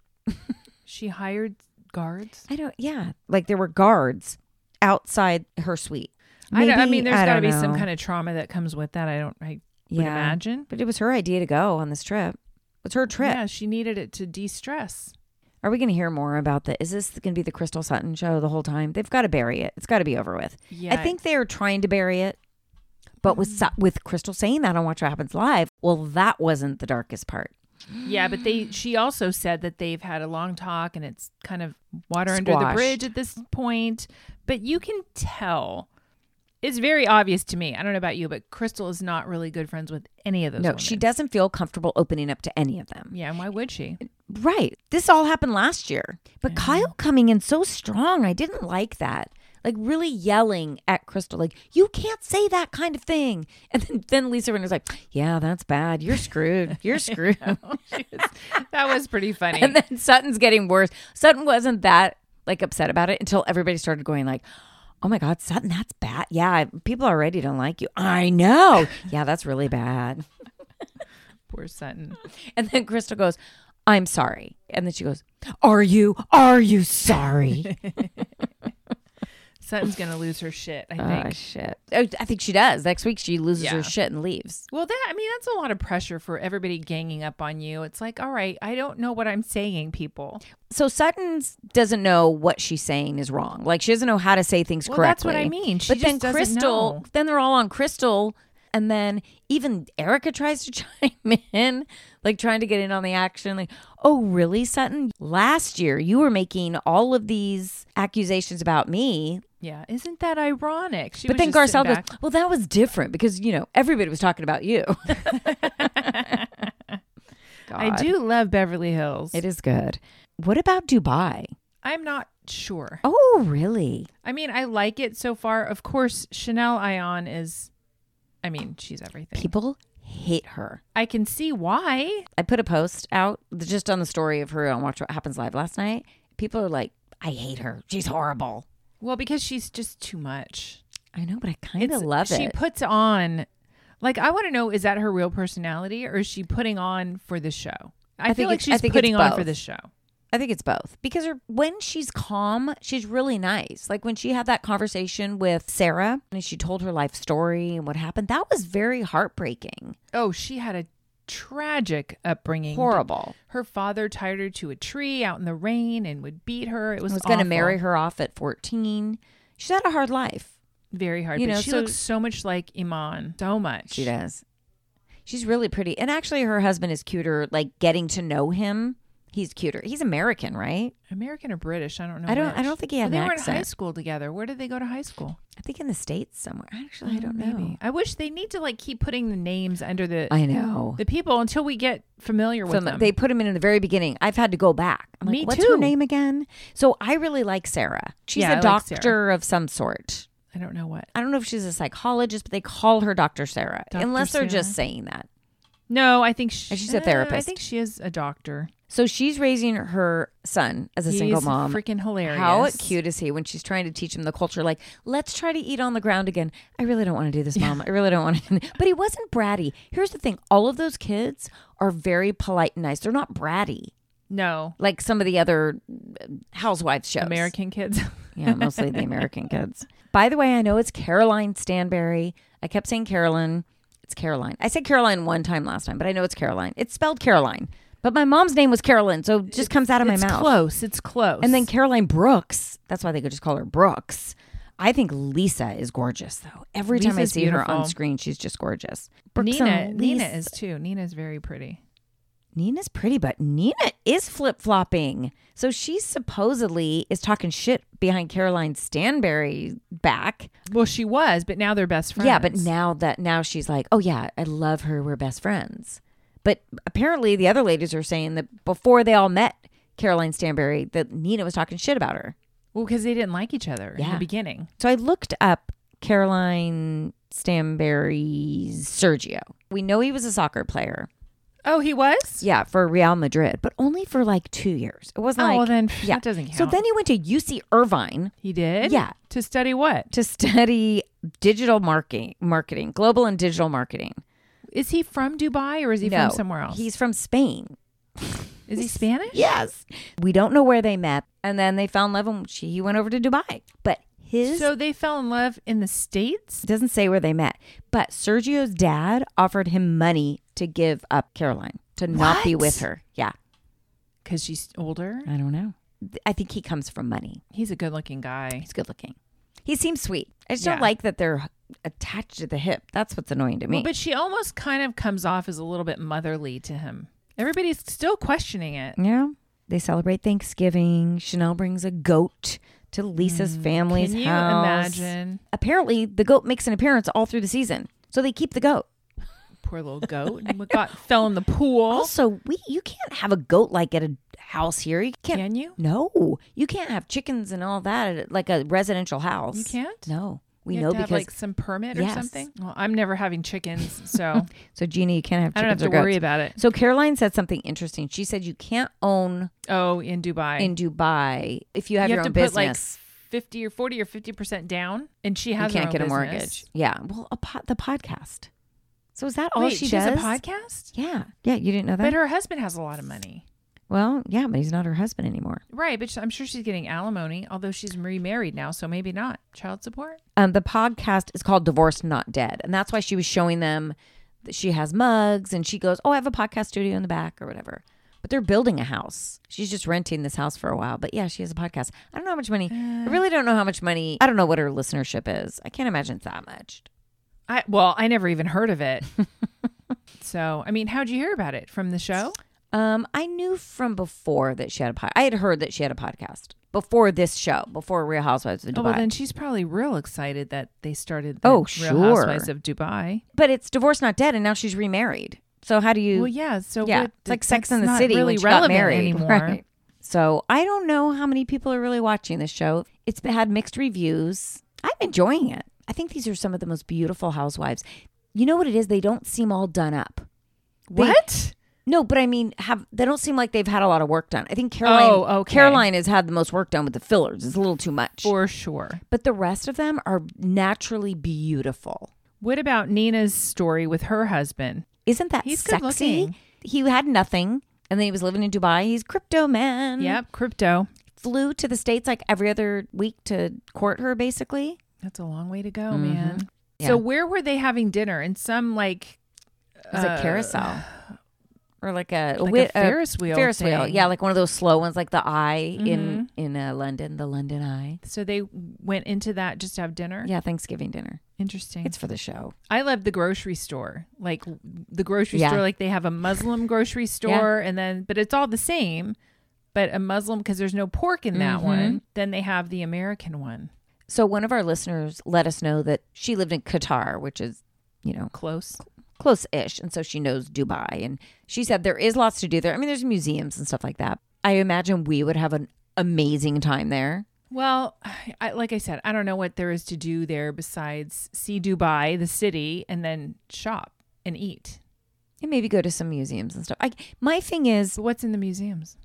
C: She hired guards.
B: I don't yeah, like there were guards outside her suite.
C: I, don't, I mean,
B: Maybe-
C: there's got to
B: don't
C: be some
B: know.
C: kind of trauma that comes with that. I don't. I would
B: Yeah.
C: imagine.
B: But it was her idea to go on this trip. It was her trip.
C: Yeah, she needed it to de-stress.
B: Are we going to hear more about the? Is this going to be the Crystal Sutton show the whole time? They've got to bury it. It's got to be over with.
C: Yeah.
B: I think they are trying to bury it, but with Su- with Crystal saying that on Watch What Happens Live, well, that wasn't the darkest part.
C: Yeah, but they. She also said that they've had a long talk and it's kind of water under the
B: Squashed.
C: bridge at this point. But you can tell. It's very obvious to me. I don't know about you, but Crystal is not really good friends with any of those.
B: No,
C: women.
B: she doesn't feel comfortable opening up to any of them.
C: Yeah, and why would
B: (laughs)
C: she?
B: Right. This all happened last year. But Kyle coming in so strong, I didn't like that. Like really yelling at Crystal, like, you can't say that kind of thing. (laughs) And then, then Lisa Rinder's like, yeah, that's bad. You're screwed. You're screwed. (laughs)
C: That was pretty funny.
B: and then Sutton's getting worse. Sutton wasn't that like upset about it until everybody started going like, "Oh my God, Sutton, that's bad. Yeah, I- people already don't like you. I know. Yeah, that's really bad."
C: Poor Sutton.
B: And then Crystal goes, "I'm sorry," and then she goes, "Are you? Are you sorry?"
C: Sutton's gonna lose her shit. I think.
B: oh shit. Oh, I think she does. Next week she loses
C: Yeah.
B: her shit and leaves.
C: Well, that I mean, that's a lot of pressure for everybody ganging up on you. It's like, all right, I don't know what I'm saying, people.
B: So Sutton's doesn't know what she's saying is wrong. Like she doesn't know how to say things
C: Well, that's
B: correctly.
C: what I mean. She
B: but
C: just
B: then
C: doesn't
B: Crystal,
C: know.
B: then they're all on Crystal, and then even Erica tries to (laughs) chime in, like trying to get in on the action. Like, oh really, Sutton? Last year you were making all of these accusations about me,
C: Yeah, isn't that ironic? She
B: but
C: was
B: then
C: just sitting
B: Garcelle goes,
C: back.
B: well, that was different because you know everybody was talking about you.
C: (laughs)
B: (laughs)
C: I
B: God.
C: do love Beverly Hills.
B: It is good. What about Dubai?
C: I'm not sure.
B: Oh, really?
C: I mean, I like it so far. Of course, Chanel Ion is. I mean, she's everything.
B: People hate her.
C: I can see why.
B: I put a post out just on the story of her on Watch What Happens Live last night. People are like, I hate her. She's horrible.
C: Well, because she's just too much.
B: I know, but I kind of
C: It's-
B: love
C: she
B: it.
C: puts on, like, I want to know, is that her real personality or is she putting on for the show? I,
B: I
C: feel
B: think
C: like
B: it's-
C: she's
B: I think it's
C: putting on for
B: both.
C: the show.
B: I think it's both because her, when she's calm, she's really nice. Like when she had that conversation with Sarah and she told her life story and what happened, that was very heartbreaking.
C: Oh, she had a tragic upbringing.
B: Horrible.
C: Her father tied her to a tree out in the rain and would beat her. It was,
B: Was, was going to
C: awful.
B: marry her off at 14. She's had a hard life.
C: Very hard.
B: You
C: but
B: know,
C: she
B: so-
C: looks so much like Iman. So much.
B: She does. She's really pretty. And actually, her husband is cuter. Like getting to know him, he's cuter. He's American, right?
C: American or British? I don't know.
B: I don't- I
C: which.
B: don't think he had
C: Well,
B: an
C: They were in high
B: accent.
C: school together. Where did they go to high school?
B: I think in the states somewhere. Actually, I don't know.
C: Maybe. I wish they need to like keep putting the names under the
B: I know.
C: the people until we get familiar with
B: From-
C: them.
B: They put him in in the very beginning. I've had to go back. I'm
C: Me
B: like, What's her
C: too.
B: name again? So I really like Sarah. She's
C: Yeah, I
B: a
C: like Sarah.
B: doctor of some sort.
C: I don't know what.
B: I don't know if she's a psychologist, but they call her Doctor Sarah,
C: Dr.
B: unless they're just
C: Sarah.
B: saying that.
C: No, I think she,
B: And she's a
C: uh, I
B: therapist.
C: think she is a doctor.
B: So she's raising her son as a single
C: He's
B: mom.
C: Freaking hilarious.
B: How cute is he when she's trying to teach him the culture? Like, let's try to eat on the ground again. I really don't want to do this,
C: (laughs)
B: mom. I really don't want to. But he wasn't bratty. Here's the thing all of those kids are very polite and nice. They're not bratty
C: No,
B: like some of the other uh, housewives shows.
C: American kids.
B: Yeah, mostly the American kids. By the way, I know it's Caroline Stanberry. I kept saying Carolyn. It's Caroline. I said Caroline one time last time, but I know it's Caroline. It's spelled Caroline. But my mom's name was Carolyn, so it just comes out of my
C: (laughs) it's
B: mouth.
C: close. It's close.
B: And then Caroline Brooks. That's why they could just call her Brooks. I think Lisa is gorgeous though. Every time I
C: Lisa's
B: see her on
C: beautiful.
B: screen, she's just gorgeous. Brooks
C: Nina,
B: and
C: Nina
B: Lisa-
C: is too. Nina's very pretty.
B: Nina's pretty, but Nina is flip flopping. So she supposedly is talking shit behind Caroline Stanberry's back.
C: Well, she was, but now they're best friends.
B: Yeah, but now that now she's like, oh yeah, I love her. We're best friends. But apparently the other ladies are saying that before they all met Caroline Stanberry, that Nina was talking shit about her.
C: well, because they didn't like each other in the
B: Yeah.
C: beginning.
B: So I looked up Caroline Stanberry's Sergio. We know he was a soccer player.
C: Oh, he was?
B: Yeah, for Real Madrid, but only for like two years. It wasn't
C: Oh,
B: like
C: well, then, pff, that doesn't
B: So
C: count.
B: then he went to UC Irvine
C: He did?
B: Yeah.
C: To study what?
B: to study digital marketing, marketing, global and digital marketing.
C: Is he from Dubai or is he
B: no,
C: from somewhere else?
B: He's from Spain.
C: is he Spanish?
B: Yes. We don't know where they met, and then they fell in love, and she, he went over to Dubai. But his
C: So they fell in love in the States?
B: It doesn't say where they met, but Sergio's dad offered him money to give up Caroline to not be
C: What?
B: with her. Yeah,
C: Because she's older?
B: I don't know. I think he comes from money.
C: He's a good looking guy.
B: He's good looking. He seems sweet. I just
C: Yeah.
B: don't like that they're attached to the hip. That's what's annoying to me.
C: Well, but she almost kind of comes off as a little bit motherly to him. Everybody's still questioning it.
B: yeah, they celebrate Thanksgiving. Chanel brings a goat to Lisa's family's
C: Can you
B: house.
C: imagine?
B: Apparently, the goat makes an appearance all through the season, so they keep the goat.
C: Poor little goat. and what got (laughs) fell in the pool.
B: Also, we you can't have a goat like at a house here. You can't.
C: Can you?
B: No, you can't have chickens and all that at like a residential house.
C: You can't?
B: No, we
C: You
B: know
C: have to
B: because
C: have like some permit or
B: Yes.
C: something. Well, I'm never having chickens, (laughs) so
B: so Gina, you can't have
C: I don't have
B: chickens
C: to
B: or
C: worry
B: goats.
C: about it.
B: So Caroline said something interesting. She said you can't own
C: Oh, in Dubai.
B: in Dubai if you have
C: you
B: your
C: have to
B: own
C: put like
B: business.
C: 50 or 40 or 50% down and she has
B: you can't
C: her own
B: get a
C: business.
B: mortgage. Yeah. Well, a po- the podcast. So is that all
C: Wait,
B: she
C: she
B: does?
C: has a podcast?
B: Yeah. Yeah. You didn't know that.
C: But her husband has a lot of money.
B: well, yeah, but he's not her husband anymore.
C: Right, but I'm sure she's getting alimony, although she's remarried now, so maybe not. Child support?
B: um, the podcast is called Divorced Not Dead. And that's why she was showing them that she has mugs and she goes, Oh, I have a podcast studio in the back or whatever. But they're building a house. She's just renting this house for a while. But yeah, she has a podcast. I don't know how much money. I really don't know how much money. I don't know what her listenership is. I can't imagine it's that much.
C: I well, I never even heard of (laughs) it. so, I mean, how'd you hear about it from the show?
B: Um, I knew from before that she had a pod. I had heard that she had a podcast before this show, before Real Housewives of Dubai.
C: Oh, well, then she's probably real excited that they started. The
B: Oh,
C: Real
B: sure.
C: Housewives of Dubai.
B: but it's Divorced Not Dead, and now she's remarried. So how do you?
C: Well, yeah. So
B: yeah,
C: what-
B: it's like Sex
C: that's
B: in the
C: not
B: City
C: really
B: when she got
C: relevant
B: married (laughs)
C: anymore.
B: Right. So I don't know how many people are really watching this show. It's had mixed reviews. I'm enjoying it. I think these are some of the most beautiful housewives. You know what it is? They don't seem all done up. They-
C: What?
B: No, but I mean, have they don't seem like they've had a lot of work done. I think Caroline.
C: Oh, okay.
B: Caroline has had the most work done with the fillers. It's a little too much.
C: For sure.
B: but the rest of them are naturally beautiful.
C: What about Nina's story with her husband?
B: Isn't that
C: He's good
B: sexy?
C: looking.
B: He had nothing, and then he was living in Dubai. He's crypto man.
C: Yep, crypto.
B: flew to the states like every other week to court her basically
C: That's a long way to go, man.
B: Yeah.
C: So where were they having dinner? In some like
B: it was a carousel Uh, (sighs) or like a,
C: Like a
B: wi-
C: uh, Ferris wheel
B: ferris wheel
C: thing.
B: yeah like one of those slow ones like the eye in in uh, london the london eye
C: so they went into that just to have dinner.
B: yeah thanksgiving dinner
C: Interesting.
B: it's for the show
C: I love the grocery store. Like w- the grocery
B: Yeah.
C: store, like they have a Muslim grocery store and then but it's all the same, but a Muslim because there's no pork in that one. Then they have the American one.
B: so one of our listeners let us know that she lived in qatar which is you know
C: Close.
B: close-ish and so she knows dubai and she said there is lots to do there i mean there's museums and stuff like that i imagine we would have an amazing time there
C: Well, (sighs) I, I, like I said, I don't know what there is to do there besides see Dubai, the city, and then shop and eat.
B: and maybe go to some museums and stuff I, my thing is
C: So what's in the
B: (laughs)
C: museums?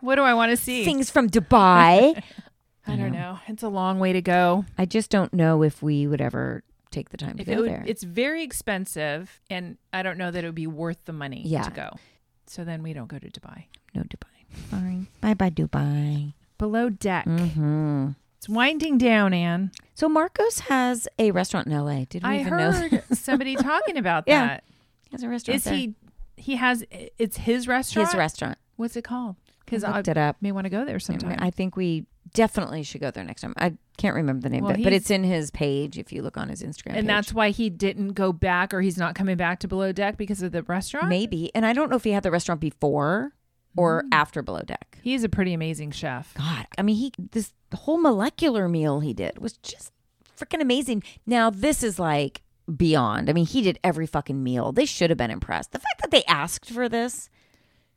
C: what do I want to see?
B: things from Dubai. (laughs)
C: I don't know. It's a long way to go.
B: I just don't know if we would ever take the time to
C: If
B: go
C: it would,
B: there.
C: It's very expensive, and I don't know that it would be worth the money
B: Yeah.
C: to go. So then we don't go to Dubai.
B: no Dubai. Sorry. Bye bye Dubai.
C: Below deck.
B: Hmm.
C: It's winding down, Anne.
B: So Marcos has a restaurant in LA. Did we
C: I
B: even know that? (laughs)
C: heard somebody talking about
B: Yeah.
C: that.
B: He has a restaurant.
C: Is
B: there.
C: he? He has. It's his restaurant.
B: his restaurant?
C: What's it called? Because
B: I
C: I
B: looked it up.
C: may want to go there sometime.
B: I think we definitely should go there next time. I can't remember the name
C: Well,
B: of it, but
C: he's-
B: it's in his page if you look on his Instagram.
C: and
B: page.
C: that's why he didn't go back, or he's not coming back to Below Deck because of the restaurant.
B: maybe. And I don't know if he had the restaurant before
C: Mm.
B: or after Below Deck.
C: He's a pretty amazing chef.
B: God, I mean, he this whole molecular meal he did was just freaking amazing. Now this is like beyond. I mean, he did every fucking meal. They should have been impressed. The fact that they asked for this,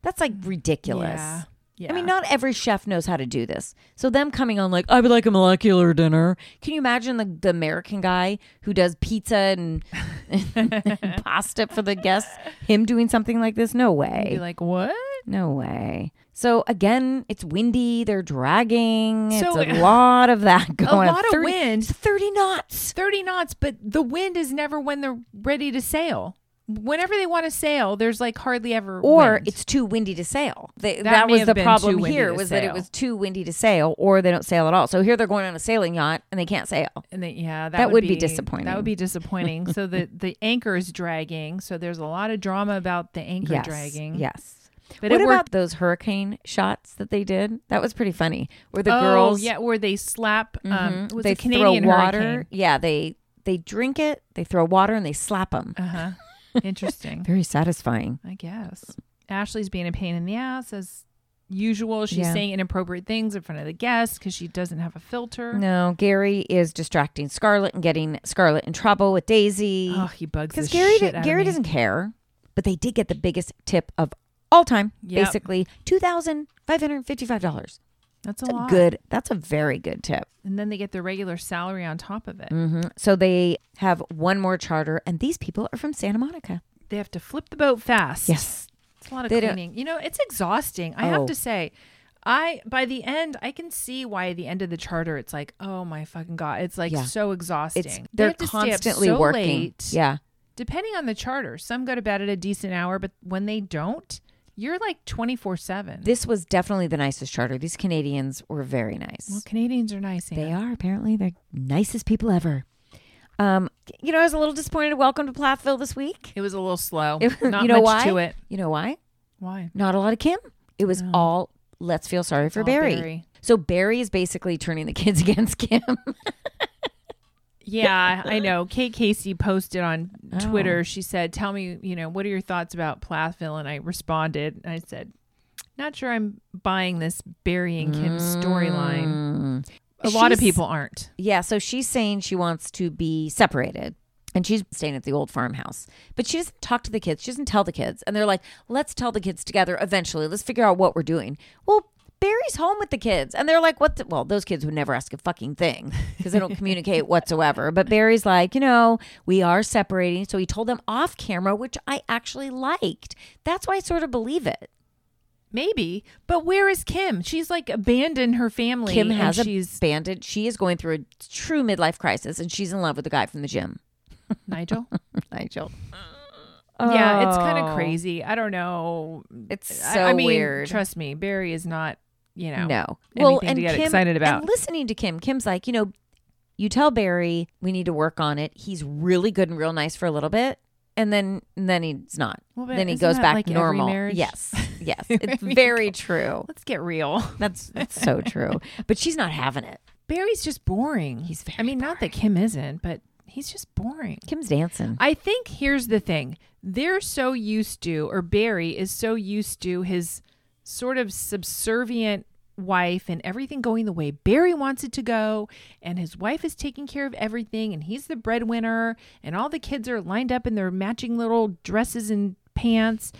B: that's like ridiculous.
C: Yeah. Yeah.
B: I mean, not every chef knows how to do this. So them coming on like, I would like a molecular dinner. Can you imagine the, the American guy who does pizza and, (laughs) and pasta for the guests, him doing something like this? No
C: Be
B: way.
C: like, what?
B: No way. So again, it's windy. They're dragging. It's
C: So-
B: a
C: (laughs)
B: lot of that going. on.
C: lot of wind.
B: It's Thirty knots.
C: 30 knots, but the wind is never when they're ready to sail. Whenever they want to sail, there's like hardly ever
B: or
C: wind.
B: it's too windy to sail. They, that
C: may
B: was
C: have
B: the
C: been too
B: problem
C: windy
B: here
C: to
B: was that it
C: sail.
B: was too windy to sail, or they don't sail at all. So here they're going on a sailing yacht and they can't sail.
C: And they, yeah, that,
B: That would be
C: That
B: disappointing.
C: would be disappointing.
B: (laughs)
C: so the the anchor is dragging. So there's a lot of drama about the anchor
B: yes,
C: dragging.
B: yes.
C: but
B: what
C: it
B: about
C: worked.
B: those hurricane shots that they did? That was pretty funny. Where the
C: oh,
B: girls,
C: yeah, where they slap. Um,
B: mhm,
C: it was
B: they
C: a Canadian
B: throw water.
C: hurricane.
B: Yeah, they they drink it, they throw water, and they slap them. (laughs)
C: Uh huh. Interesting.
B: Very satisfying.
C: I guess Ashley's being a pain in the ass as usual. She's
B: Yeah.
C: saying inappropriate things in front of the guests because she doesn't have a filter.
B: No, Gary is distracting Scarlett and getting Scarlett in trouble with Daisy.
C: Oh, he bugs
B: because
C: the
B: Gary
C: shit
B: did,
C: out of
B: Gary
C: me.
B: doesn't care, but they did get the biggest tip of all time,
C: Yep.
B: basically two thousand five hundred fifty-five dollars.
C: That's a
B: That's a
C: lot.
B: good. That's a very good tip.
C: And then they get their regular salary on top of it.
B: hmm So they have one more charter, and these people are from Santa Monica.
C: They have to flip the boat fast.
B: Yes,
C: It's a lot of
B: They don't-
C: cleaning. You know, it's exhausting. I have
B: Oh.
C: to say, I by the end, I can see why at the end of the charter, it's like, oh my fucking god, it's like
B: Yeah.
C: so exhausting.
B: it's
C: They
B: they're
C: have to stay up
B: constantly
C: so
B: working.
C: late.
B: Yeah,
C: Depending on the charter, some go to bed at a decent hour, but when they don't, you're like twenty four seven.
B: this was definitely the nicest charter. These Canadians were very nice.
C: Well, Canadians are nice.
B: They
C: Anna.
B: are apparently the nicest people ever. Um, you know, I was a little disappointed. at Welcome to Plathville this week.
C: It was a little slow.
B: It was-
C: Not
B: (laughs) you know
C: much
B: why?
C: to it.
B: You know why?
C: Why?
B: not a lot of Kim. It was
C: No.
B: all let's feel sorry for
C: all
B: Barry.
C: Barry.
B: So Barry is basically turning the kids (laughs) against Kim.
C: Yeah, I know. Kate Casey posted on
B: Oh.
C: Twitter. She said, "Tell me, you know, what are your thoughts about Plathville?" And I responded, and I said, "Not sure I'm buying this Barry and Kim storyline.
B: Mm.
C: A lot of
B: She's-
C: people aren't."
B: Yeah, so she's saying she wants to be separated. And she's staying at the old farmhouse. But she doesn't talk to the kids. She doesn't tell the kids. And they're like, let's tell the kids together eventually. Let's figure out what we're doing. Well, Barry's home with the kids. And they're like, what? The? Well, those kids would never ask a fucking thing because
C: (laughs)
B: they don't communicate whatsoever. But Barry's like, you know, we are separating. So he told them off camera, which I actually liked. That's why I sort of believe it.
C: Maybe, but where is Kim? She's like abandoned her family.
B: Kim
C: and
B: has
C: she's
B: abandoned. She is going through a true midlife crisis and she's in love with the guy from the gym.
C: Nigel.
B: Nigel.
C: Yeah, it's kind
B: Oh.
C: of crazy. I don't know.
B: It's
C: I-
B: so
C: I, mean,
B: weird.
C: Trust me, Barry is not. You know.
B: no.
C: anything to get excited about.
B: And listening to Kim, Kim's like, you know, you tell Barry we need to work on it. He's really good and real nice for a little bit, and then and then he's not.
C: Well, but
B: then he
C: isn't
B: goes
C: that
B: back
C: like every
B: normal.
C: marriage? (laughs)
B: Yes, yes, it's very true.
C: Let's get real. (laughs)
B: That's that's so true. But she's not having it.
C: Barry's just boring.
B: He's very
C: I mean, not that Kim isn't, but he's just boring.
B: Kim's dancing.
C: I think here's the thing. They're so used to, or Barry is so used to his sort of subservient wife and everything going the way Barry wants it to go. And his wife is taking care of everything, and he's the breadwinner, and all the kids are lined up in their matching little dresses and pants.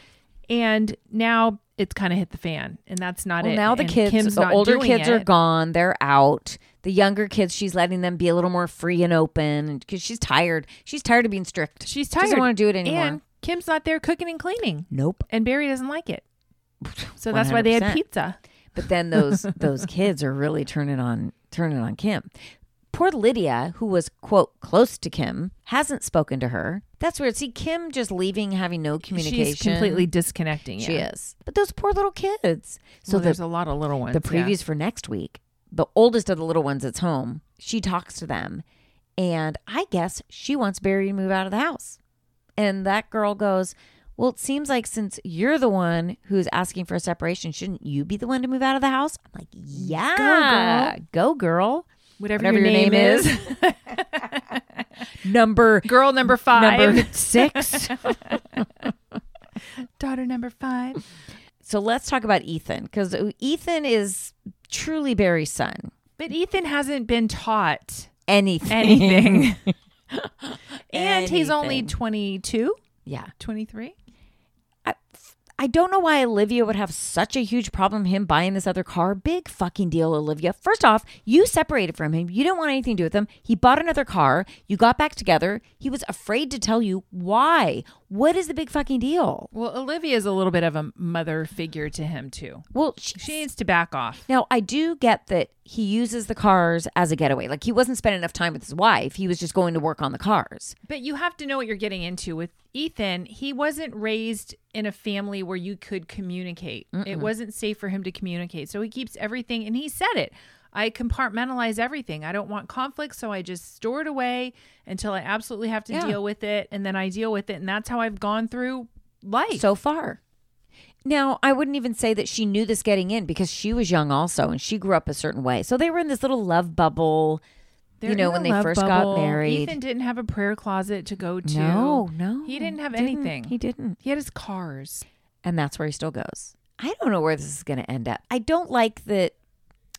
C: And now it's kind of hit the fan, and that's not
B: well,
C: it.
B: now the
C: And
B: kids,
C: Kim's
B: the
C: not
B: older
C: doing
B: kids are
C: it.
B: gone. They're out. The younger kids, she's letting them be a little more free and open because she's tired. She's tired of being strict.
C: She's
B: She
C: tired.
B: doesn't want to do it anymore.
C: And Kim's not there cooking and cleaning,
B: nope.
C: and Barry doesn't like it. So that's why they had
B: 100%.
C: pizza.
B: But then those (laughs) those kids are really turning on turning on Kim. Poor Lydia, who was quote close to Kim, hasn't spoken to her. That's weird. See, Kim just leaving, having no communication.
C: She's completely disconnecting.
B: She
C: yeah.
B: is. But those poor little kids. So
C: So there's
B: the
C: a lot of little ones.
B: the previews for next week, the oldest of the little ones that's home, she talks to them, and I guess she wants Barry to move out of the house. And that girl goes. Well, it seems like since you're the one who's asking for a separation, shouldn't you be the one to move out of the house? I'm like, yeah, go girl,
C: yeah. whatever,
B: whatever
C: your, name, is.
B: (laughs) Number (laughs)
C: Girl number five.
B: number six.
C: (laughs) Daughter number five.
B: so let's talk about Ethan because Ethan is truly Barry's son.
C: But Ethan hasn't
B: (laughs)
C: been taught
B: Anything,
C: anything.
B: (laughs)
C: and he's only
B: Anything.
C: 22,
B: yeah.
C: 23.
B: I, I don't know why Olivia would have such a huge problem him buying this other car. Big fucking deal, Olivia. First off, you separated from him. You didn't want anything to do with him. He bought another car. You got back together. He was afraid to tell you why. What is the big fucking deal?
C: Well, Olivia's a little bit of a mother figure to him too.
B: Well, she,
C: She needs to back off.
B: now I do get that he uses the cars as a getaway. Like he wasn't spending enough time with his wife. He was just going to work on the cars.
C: But you have to know what you're getting into. With Ethan, he wasn't raised in a family where you could communicate. It wasn't safe for him to communicate. So he keeps everything, and he said it. I compartmentalize everything. I don't want conflict, so I just store it away until I absolutely have to
B: Yeah.
C: deal with it, and then I deal with it, and that's how I've gone through life.
B: so far. Now, I wouldn't even say that she knew this getting in because she was young also and she grew up a certain way. So they were in this little love bubble.
C: They're
B: you know,
C: in
B: when
C: a
B: they
C: love
B: first got
C: bubble.
B: married.
C: Ethan didn't have a prayer closet to go to.
B: No, no.
C: He didn't have anything.
B: He didn't.
C: He had his cars.
B: And that's where he still goes. I don't know where this is going to end up. I don't like that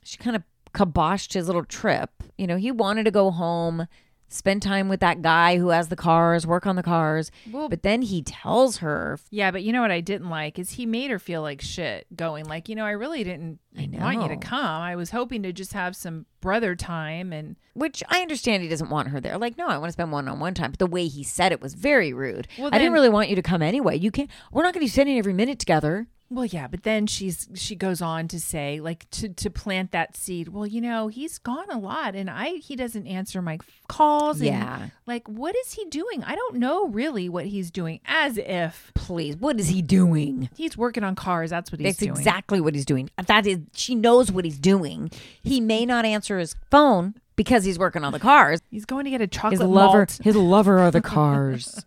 B: she kind of kiboshed his little trip. You know, he wanted to go home, spend time with that guy who has the cars, work on the cars.
C: Well-
B: but then he tells her,
C: Yeah, but you know what I didn't like is he made her feel like shit going like, you know, I really didn't
B: I
C: want you to
B: know.
C: come. I was hoping to just have some brother time and
B: which I understand he doesn't want her there. Like, no, I want to spend one on one time. But the way he said it was very rude.
C: Well,
B: I didn't
C: then-
B: really want you to come anyway. You can't. We're not going to be spending every minute together.
C: well, yeah, but then she's she goes on to say like to to plant that seed. Well, you know, he's gone a lot and I he doesn't answer my calls and,
B: Yeah.
C: like what is he doing? I don't know really what he's doing as if
B: Please, what is he doing?
C: he's working on cars. That's what he's
B: That's
C: doing.
B: exactly what he's doing. That is, she knows what he's doing. He may not answer his phone because he's working on the cars.
C: He's going to get a chocolate
B: His lover,
C: malt.
B: his lover (laughs) are the cars.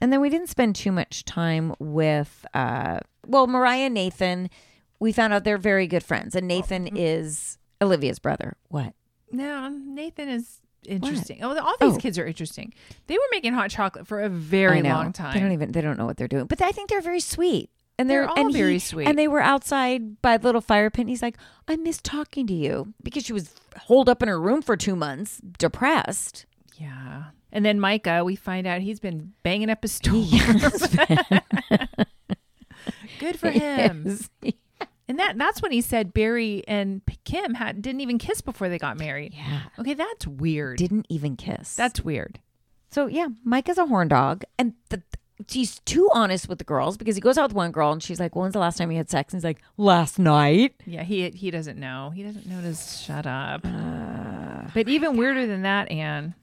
B: and then we didn't spend too much time with, uh, well, Mariah and Nathan. We found out they're very good friends, and Nathan is Olivia's brother. Mm-hmm. What?
C: No, um, Nathan is interesting. Oh, all these
B: Oh.
C: kids are interesting. They were making hot chocolate for a
B: I
C: very
B: know.
C: long time.
B: They don't even they don't know what they're doing. But I think they're very sweet. And they're,
C: They're all
B: and
C: very sweet.
B: And they were outside by the little fire pit. And he's like, I miss talking to you because she was holed up in her room for two months, depressed.
C: yeah. And then Micah, we find out he's been
B: (laughs)
C: banging up a storm. (laughs) Good for him. And that that's when he said Barry and P- Kim had, didn't even kiss before they got married.
B: yeah,
C: Okay, that's weird.
B: didn't even kiss.
C: that's weird.
B: so yeah. Mike is a horn dog, and the, he's too honest with the girls because he goes out with one girl and she's like, "When's the last time you had sex?" And he's like, "Last night."
C: Yeah, he he doesn't know. He doesn't notice. Shut up. but even weirder than that, Anne.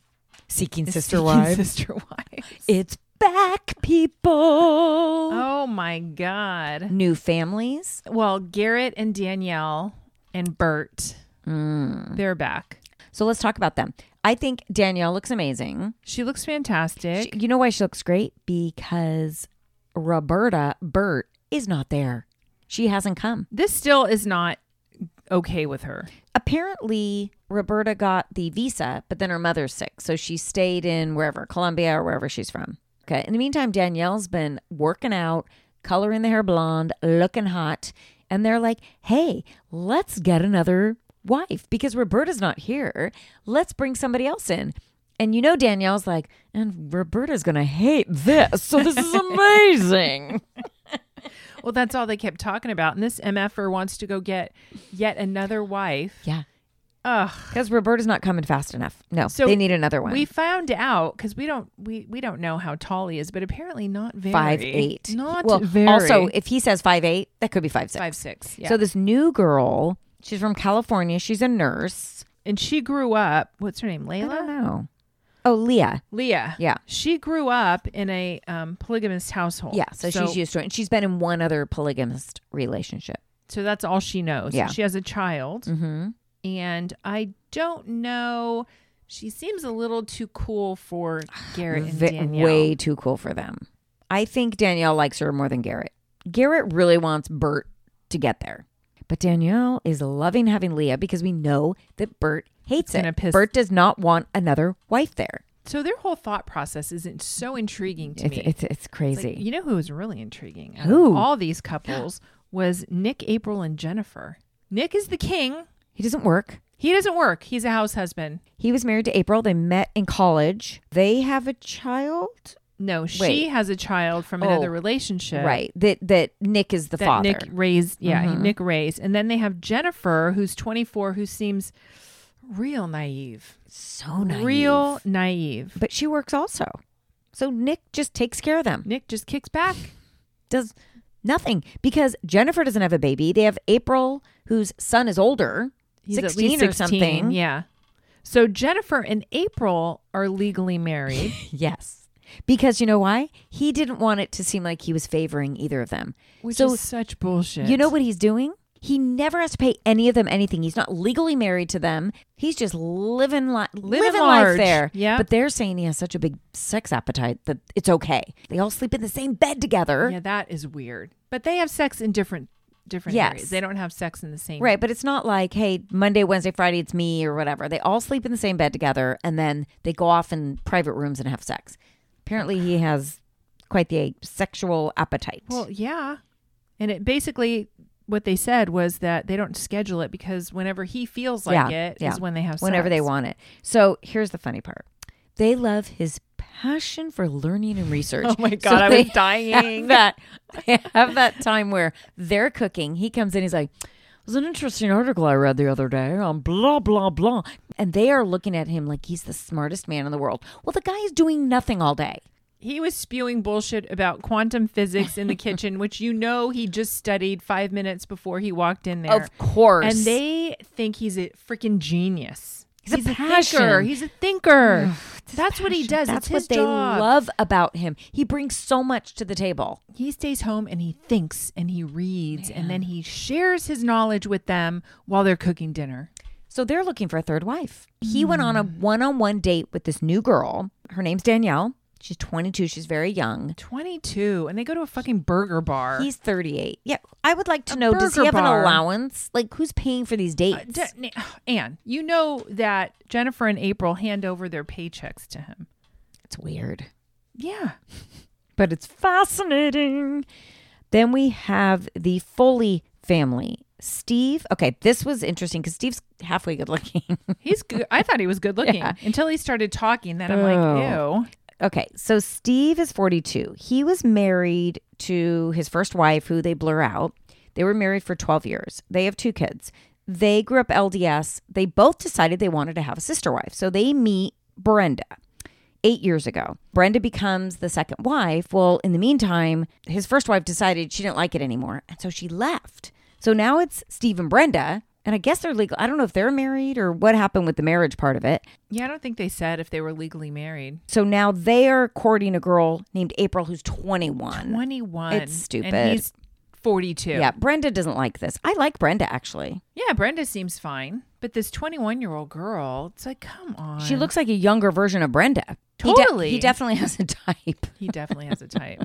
B: Seeking
C: is
B: Uh, sister
C: (laughs) seeking
B: wives.
C: Sister wives.
B: It's back, people.
C: Oh my god.
B: New families.
C: Well, Garrett and Danielle and Bert,
B: Mm.
C: they're back.
B: So let's talk about them. I think Danielle looks amazing.
C: She looks fantastic.
B: She- you know why she looks great? Because Roberta Bert is not there. She hasn't come.
C: this still is not okay with her.
B: Apparently, Roberta got the visa, but then her mother's sick. So she stayed in wherever, Colombia or wherever she's from. Okay. In the meantime, Danielle's been working out, coloring the hair blonde, looking hot. And they're like, hey, let's get another wife because Roberta's not here. Let's bring somebody else in. And you know, Danielle's like, and Roberta's going to hate this. So this
C: (laughs)
B: is amazing.
C: Well, that's all they kept talking about. And this MFer wants to go get yet another wife.
B: yeah.
C: Ugh.
B: Because Roberta's not coming fast enough. No,
C: So
B: they need another one.
C: We found out because we don't we we don't know how tall he is, but apparently not very
B: five eight.
C: Not
B: well,
C: very.
B: also if he says five eight, that could be five six.
C: five six. Yeah.
B: So this new girl, she's from California. She's a nurse.
C: and she grew up. What's her name?
B: I don't
C: Layla.
B: know. Oh, Leah.
C: Leah.
B: Yeah.
C: She grew up in a um, polygamous household.
B: Yeah. So, she's used to it, and she's been in one other polygamist relationship.
C: So that's all she knows.
B: Yeah.
C: She has a child.
B: Mm-hmm.
C: And I don't know. She seems a little too cool for Garrett and Danielle.
B: way too cool for them. I think Danielle likes her more than Garrett. Garrett really wants Bert to get there. But Danielle is loving having Leah because we know that Bert hates
C: gonna
B: it.
C: piss-
B: Bert does not want another wife there.
C: So their whole thought process isn't so intriguing to
B: It's,
C: me.
B: it's, it's
C: It's
B: crazy.
C: like, you know who was really intriguing? out of
B: Who?
C: All these couples was Nick, April, and Jennifer. Nick is the king.
B: he doesn't work.
C: He doesn't work. He's a house husband.
B: He was married to April. They met in college. They have a child.
C: No, she
B: Wait.
C: has a child from
B: Oh,
C: another relationship.
B: right? That that Nick is the
C: That
B: father. Mm-hmm.
C: Nick raised, yeah, Nick raised. And then they have Jennifer, who's 24, who seems real naive.
B: so naive.
C: Real naive.
B: but she works also. So Nick just takes care of them.
C: Nick just kicks back.
B: Does nothing because Jennifer doesn't have a baby. They have April, whose son is older,
C: He's at
B: sixteen
C: least
B: or something.
C: Yeah. So Jennifer and April are
B: (laughs)
C: legally married.
B: Yes. Because you know why? He didn't want it to seem like he was favoring either of them.
C: Which
B: so
C: is such bullshit.
B: you know what he's doing? He never has to pay any of them anything. He's not legally married to them. He's just living li- living, life
C: large.
B: there.
C: Yeah.
B: But they're saying he has such a big sex appetite that it's okay. They all sleep in the same bed together.
C: Yeah, that is weird. But they have sex in different different
B: Yes.
C: areas. They don't have sex in the same
B: Right, but it's not like, hey, Monday, Wednesday, Friday, it's me or whatever. They all sleep in the same bed together and then they go off in private rooms and have sex. Apparently, he has quite the sexual appetite.
C: Well, yeah. And it basically what they said was that they don't schedule it because whenever he feels like it is when they have sex.
B: whenever they want it. So here's the funny part: they love his passion for learning and research.
C: Oh my
B: So
C: God, I was
B: they
C: dying.
B: Have that they have that time where they're cooking. He comes in, he's like. It was an interesting article I read the other day on blah blah blah, and they are looking at him like he's the smartest man in the world. Well, the guy is doing nothing all day.
C: He was spewing bullshit about quantum
B: (laughs)
C: physics in the kitchen, which you know he just studied five minutes before he walked in there.
B: Of course,
C: And they think he's a freaking genius.
B: He's a
C: thinker.
B: passion.
C: He's a
B: (sighs)
C: thinker. That's what he does.
B: That's
C: it's
B: what
C: his
B: they
C: job.
B: love about him. He brings so much to the table.
C: he stays home and he thinks and he reads and then he shares his knowledge with them while they're cooking dinner.
B: So they're looking for a third wife. He went on a
C: Mm.
B: one on one date with this new girl. Her name's Danielle. She's 22. She's very young.
C: 22 and they go to a fucking burger bar.
B: He's 38. Yeah. I would like to know does he
C: burger
B: have
C: bar.
B: an allowance? Like, who's paying for these
C: Uh,
B: dates?
C: d- n- (sighs) Anne, you know that Jennifer and April hand over their paychecks to him.
B: it's weird,
C: Yeah.
B: but it's fascinating. Then we have the Foley family. Steve. Okay. This was interesting because Steve's halfway good looking. (laughs)
C: He's good. I thought he was good looking until he started talking. Then I'm
B: Oh.
C: like, ew.
B: Okay, so Steve is 42. He was married to his first wife, who they blur out. They were married for 12 years. They have two kids. They grew up LDS. They both decided they wanted to have a sister wife. So they meet Brenda eight years ago. Brenda becomes the second wife. Well, in the meantime, his first wife decided she didn't like it anymore. And so she left. So now it's Steve and Brenda. And I guess they're legal. I don't know if they're married or what happened with the marriage part of it.
C: Yeah, I don't think they said if they were legally married.
B: So now they are courting a girl named April who's 21.
C: 21.
B: It's stupid.
C: And he's 42.
B: Yeah, Brenda doesn't like this. I like Brenda actually.
C: Yeah, Brenda seems fine. But this 21 year old girl, it's like, come on.
B: She looks like a younger version of Brenda. He de-
C: Totally.
B: he definitely (laughs) has a type.
C: He definitely has
B: (laughs)
C: a type.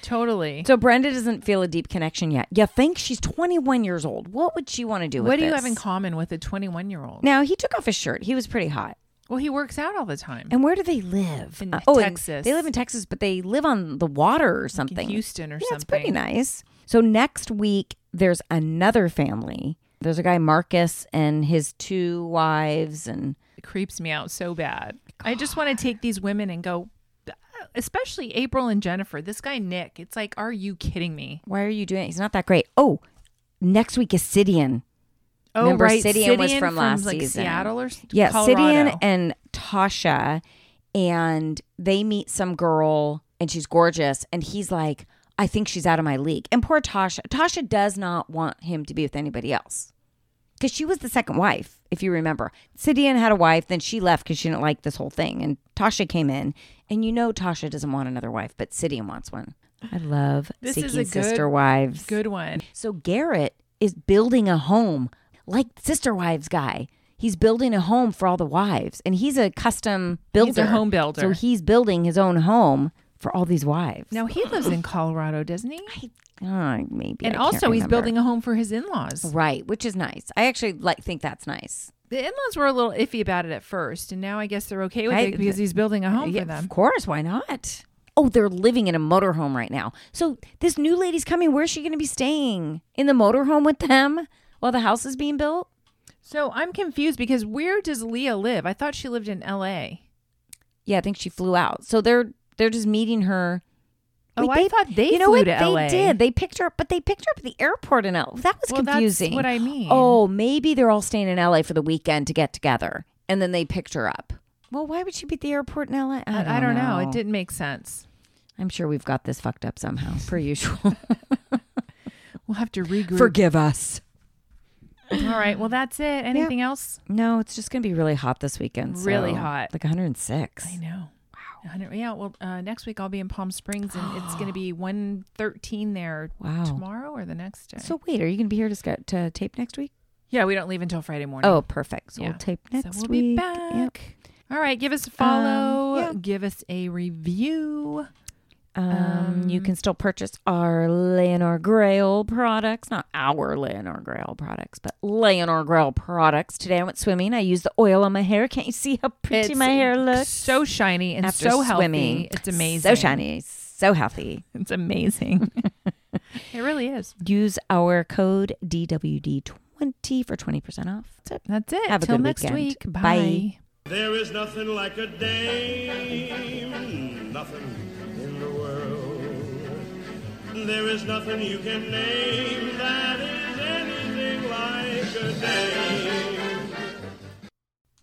C: totally.
B: So Brenda doesn't feel a deep connection yet. You think she's 21 years old. What would she want to do with
C: what do you have
B: this?
C: in common with a 21 year old?
B: Now, he took off his shirt. He was pretty hot.
C: Well, he works out all the time.
B: And where do they live?
C: Mm. In
B: and
C: Texas.
B: They live in Texas, but they live on the water or something.
C: Houston or
B: yeah, it's
C: something.
B: pretty nice. So next week there's another family. There's a guy Marcus and his two wives, and
C: It creeps me out so bad. I just want to take these women and go, especially April and Jennifer. This guy, Nick, it's like, are you kidding me?
B: why are you doing? it? He's not that great. Oh, next week is Sidian.
C: Oh,
B: Remember
C: right.
B: Sidian was
C: Cydian
B: from last
C: like,
B: season.
C: Seattle or s-
B: Yeah,
C: Colorado.
B: Sidian and Tasha, and they meet some girl, and she's gorgeous, and he's like, I think she's out of my league. And poor Tasha, Tasha does not want him to be with anybody else. Because she was the second wife, if you remember. Sidian had a wife, then she left because she didn't like this whole thing. And Tasha came in. And you know Tasha doesn't want another wife, but Sidian wants one. I love
C: This is
B: seeking
C: a good-
B: sister wives.
C: Good one.
B: So Garrett is building a home like Sister Wives guy. He's building a home for all the wives, and he's a custom builder.
C: He's a home builder.
B: So he's building his own home for all these wives.
C: Now, he lives in Colorado, doesn't he?
B: Ah, maybe.
C: and
B: I can't
C: also, he's
B: remember. Oh.
C: building a home for his in laws.
B: right, which is nice. I actually like think that's nice.
C: The in laws were a little iffy about it at first, and now I guess they're okay with
B: I- uh,
C: it because he's building a home
B: Yeah,
C: for them.
B: Of course, why not? Oh, they're living in a motorhome right now. So this new lady's coming. Where's she going to be staying? In the motorhome with them while the house is being built?
C: So I'm confused because where does Leah live? I thought she lived in LA.
B: Yeah, I think she flew out. So they're They're just meeting her.
C: Oh, I thought they
B: you know
C: flew
B: what
C: to
B: they
C: LA.
B: did. They picked her up, but they picked her up at the airport in LA. That was
C: Well, that's
B: confusing.
C: what I mean.
B: Oh, maybe they're all staying in LA for the weekend to get together, and then they picked her up. Well, why would she be at the airport in LA? I don't,
C: I, I don't know. It didn't make sense.
B: I'm sure we've got this fucked up somehow, (laughs) per usual.
C: We'll have to regroup.
B: Forgive us.
C: All right. Well, that's it. Anything else?
B: No, it's just going to be really hot this weekend. so-
C: Really hot.
B: like 106.
C: I know. Wow. Yeah. Well, uh, next week I'll be in Palm Springs, and it's
B: (gasps)
C: going to be one thirteen there.
B: Wow.
C: Tomorrow or the next day.
B: So wait, are you going to be here to, sc- to tape next week?
C: yeah, we don't leave until Friday morning.
B: Oh, perfect. So
C: Yeah.
B: we'll tape
C: So
B: next
C: we'll be
B: week.
C: back. All right. Give us a follow.
B: Um, yeah.
C: Give us a review.
B: Um, you can still purchase our Leonor Grail products, not our Leonor Grail products, but Leonor Grail products. Today I went swimming. I used the oil on my hair. Can't you see how pretty
C: It's
B: my hair looks?
C: So shiny and
B: After
C: so healthy.
B: swimming.
C: It's amazing.
B: So shiny, so healthy. (laughs)
C: It's amazing. it really is.
B: Use our code DWD20 for 20% off. That's it.
C: That's it.
B: Have a
C: Till
B: good
C: next
B: weekend.
C: week.
B: Bye.
C: Bye.
D: There is nothing like a dame, nothing in the world. There is nothing you can name that is.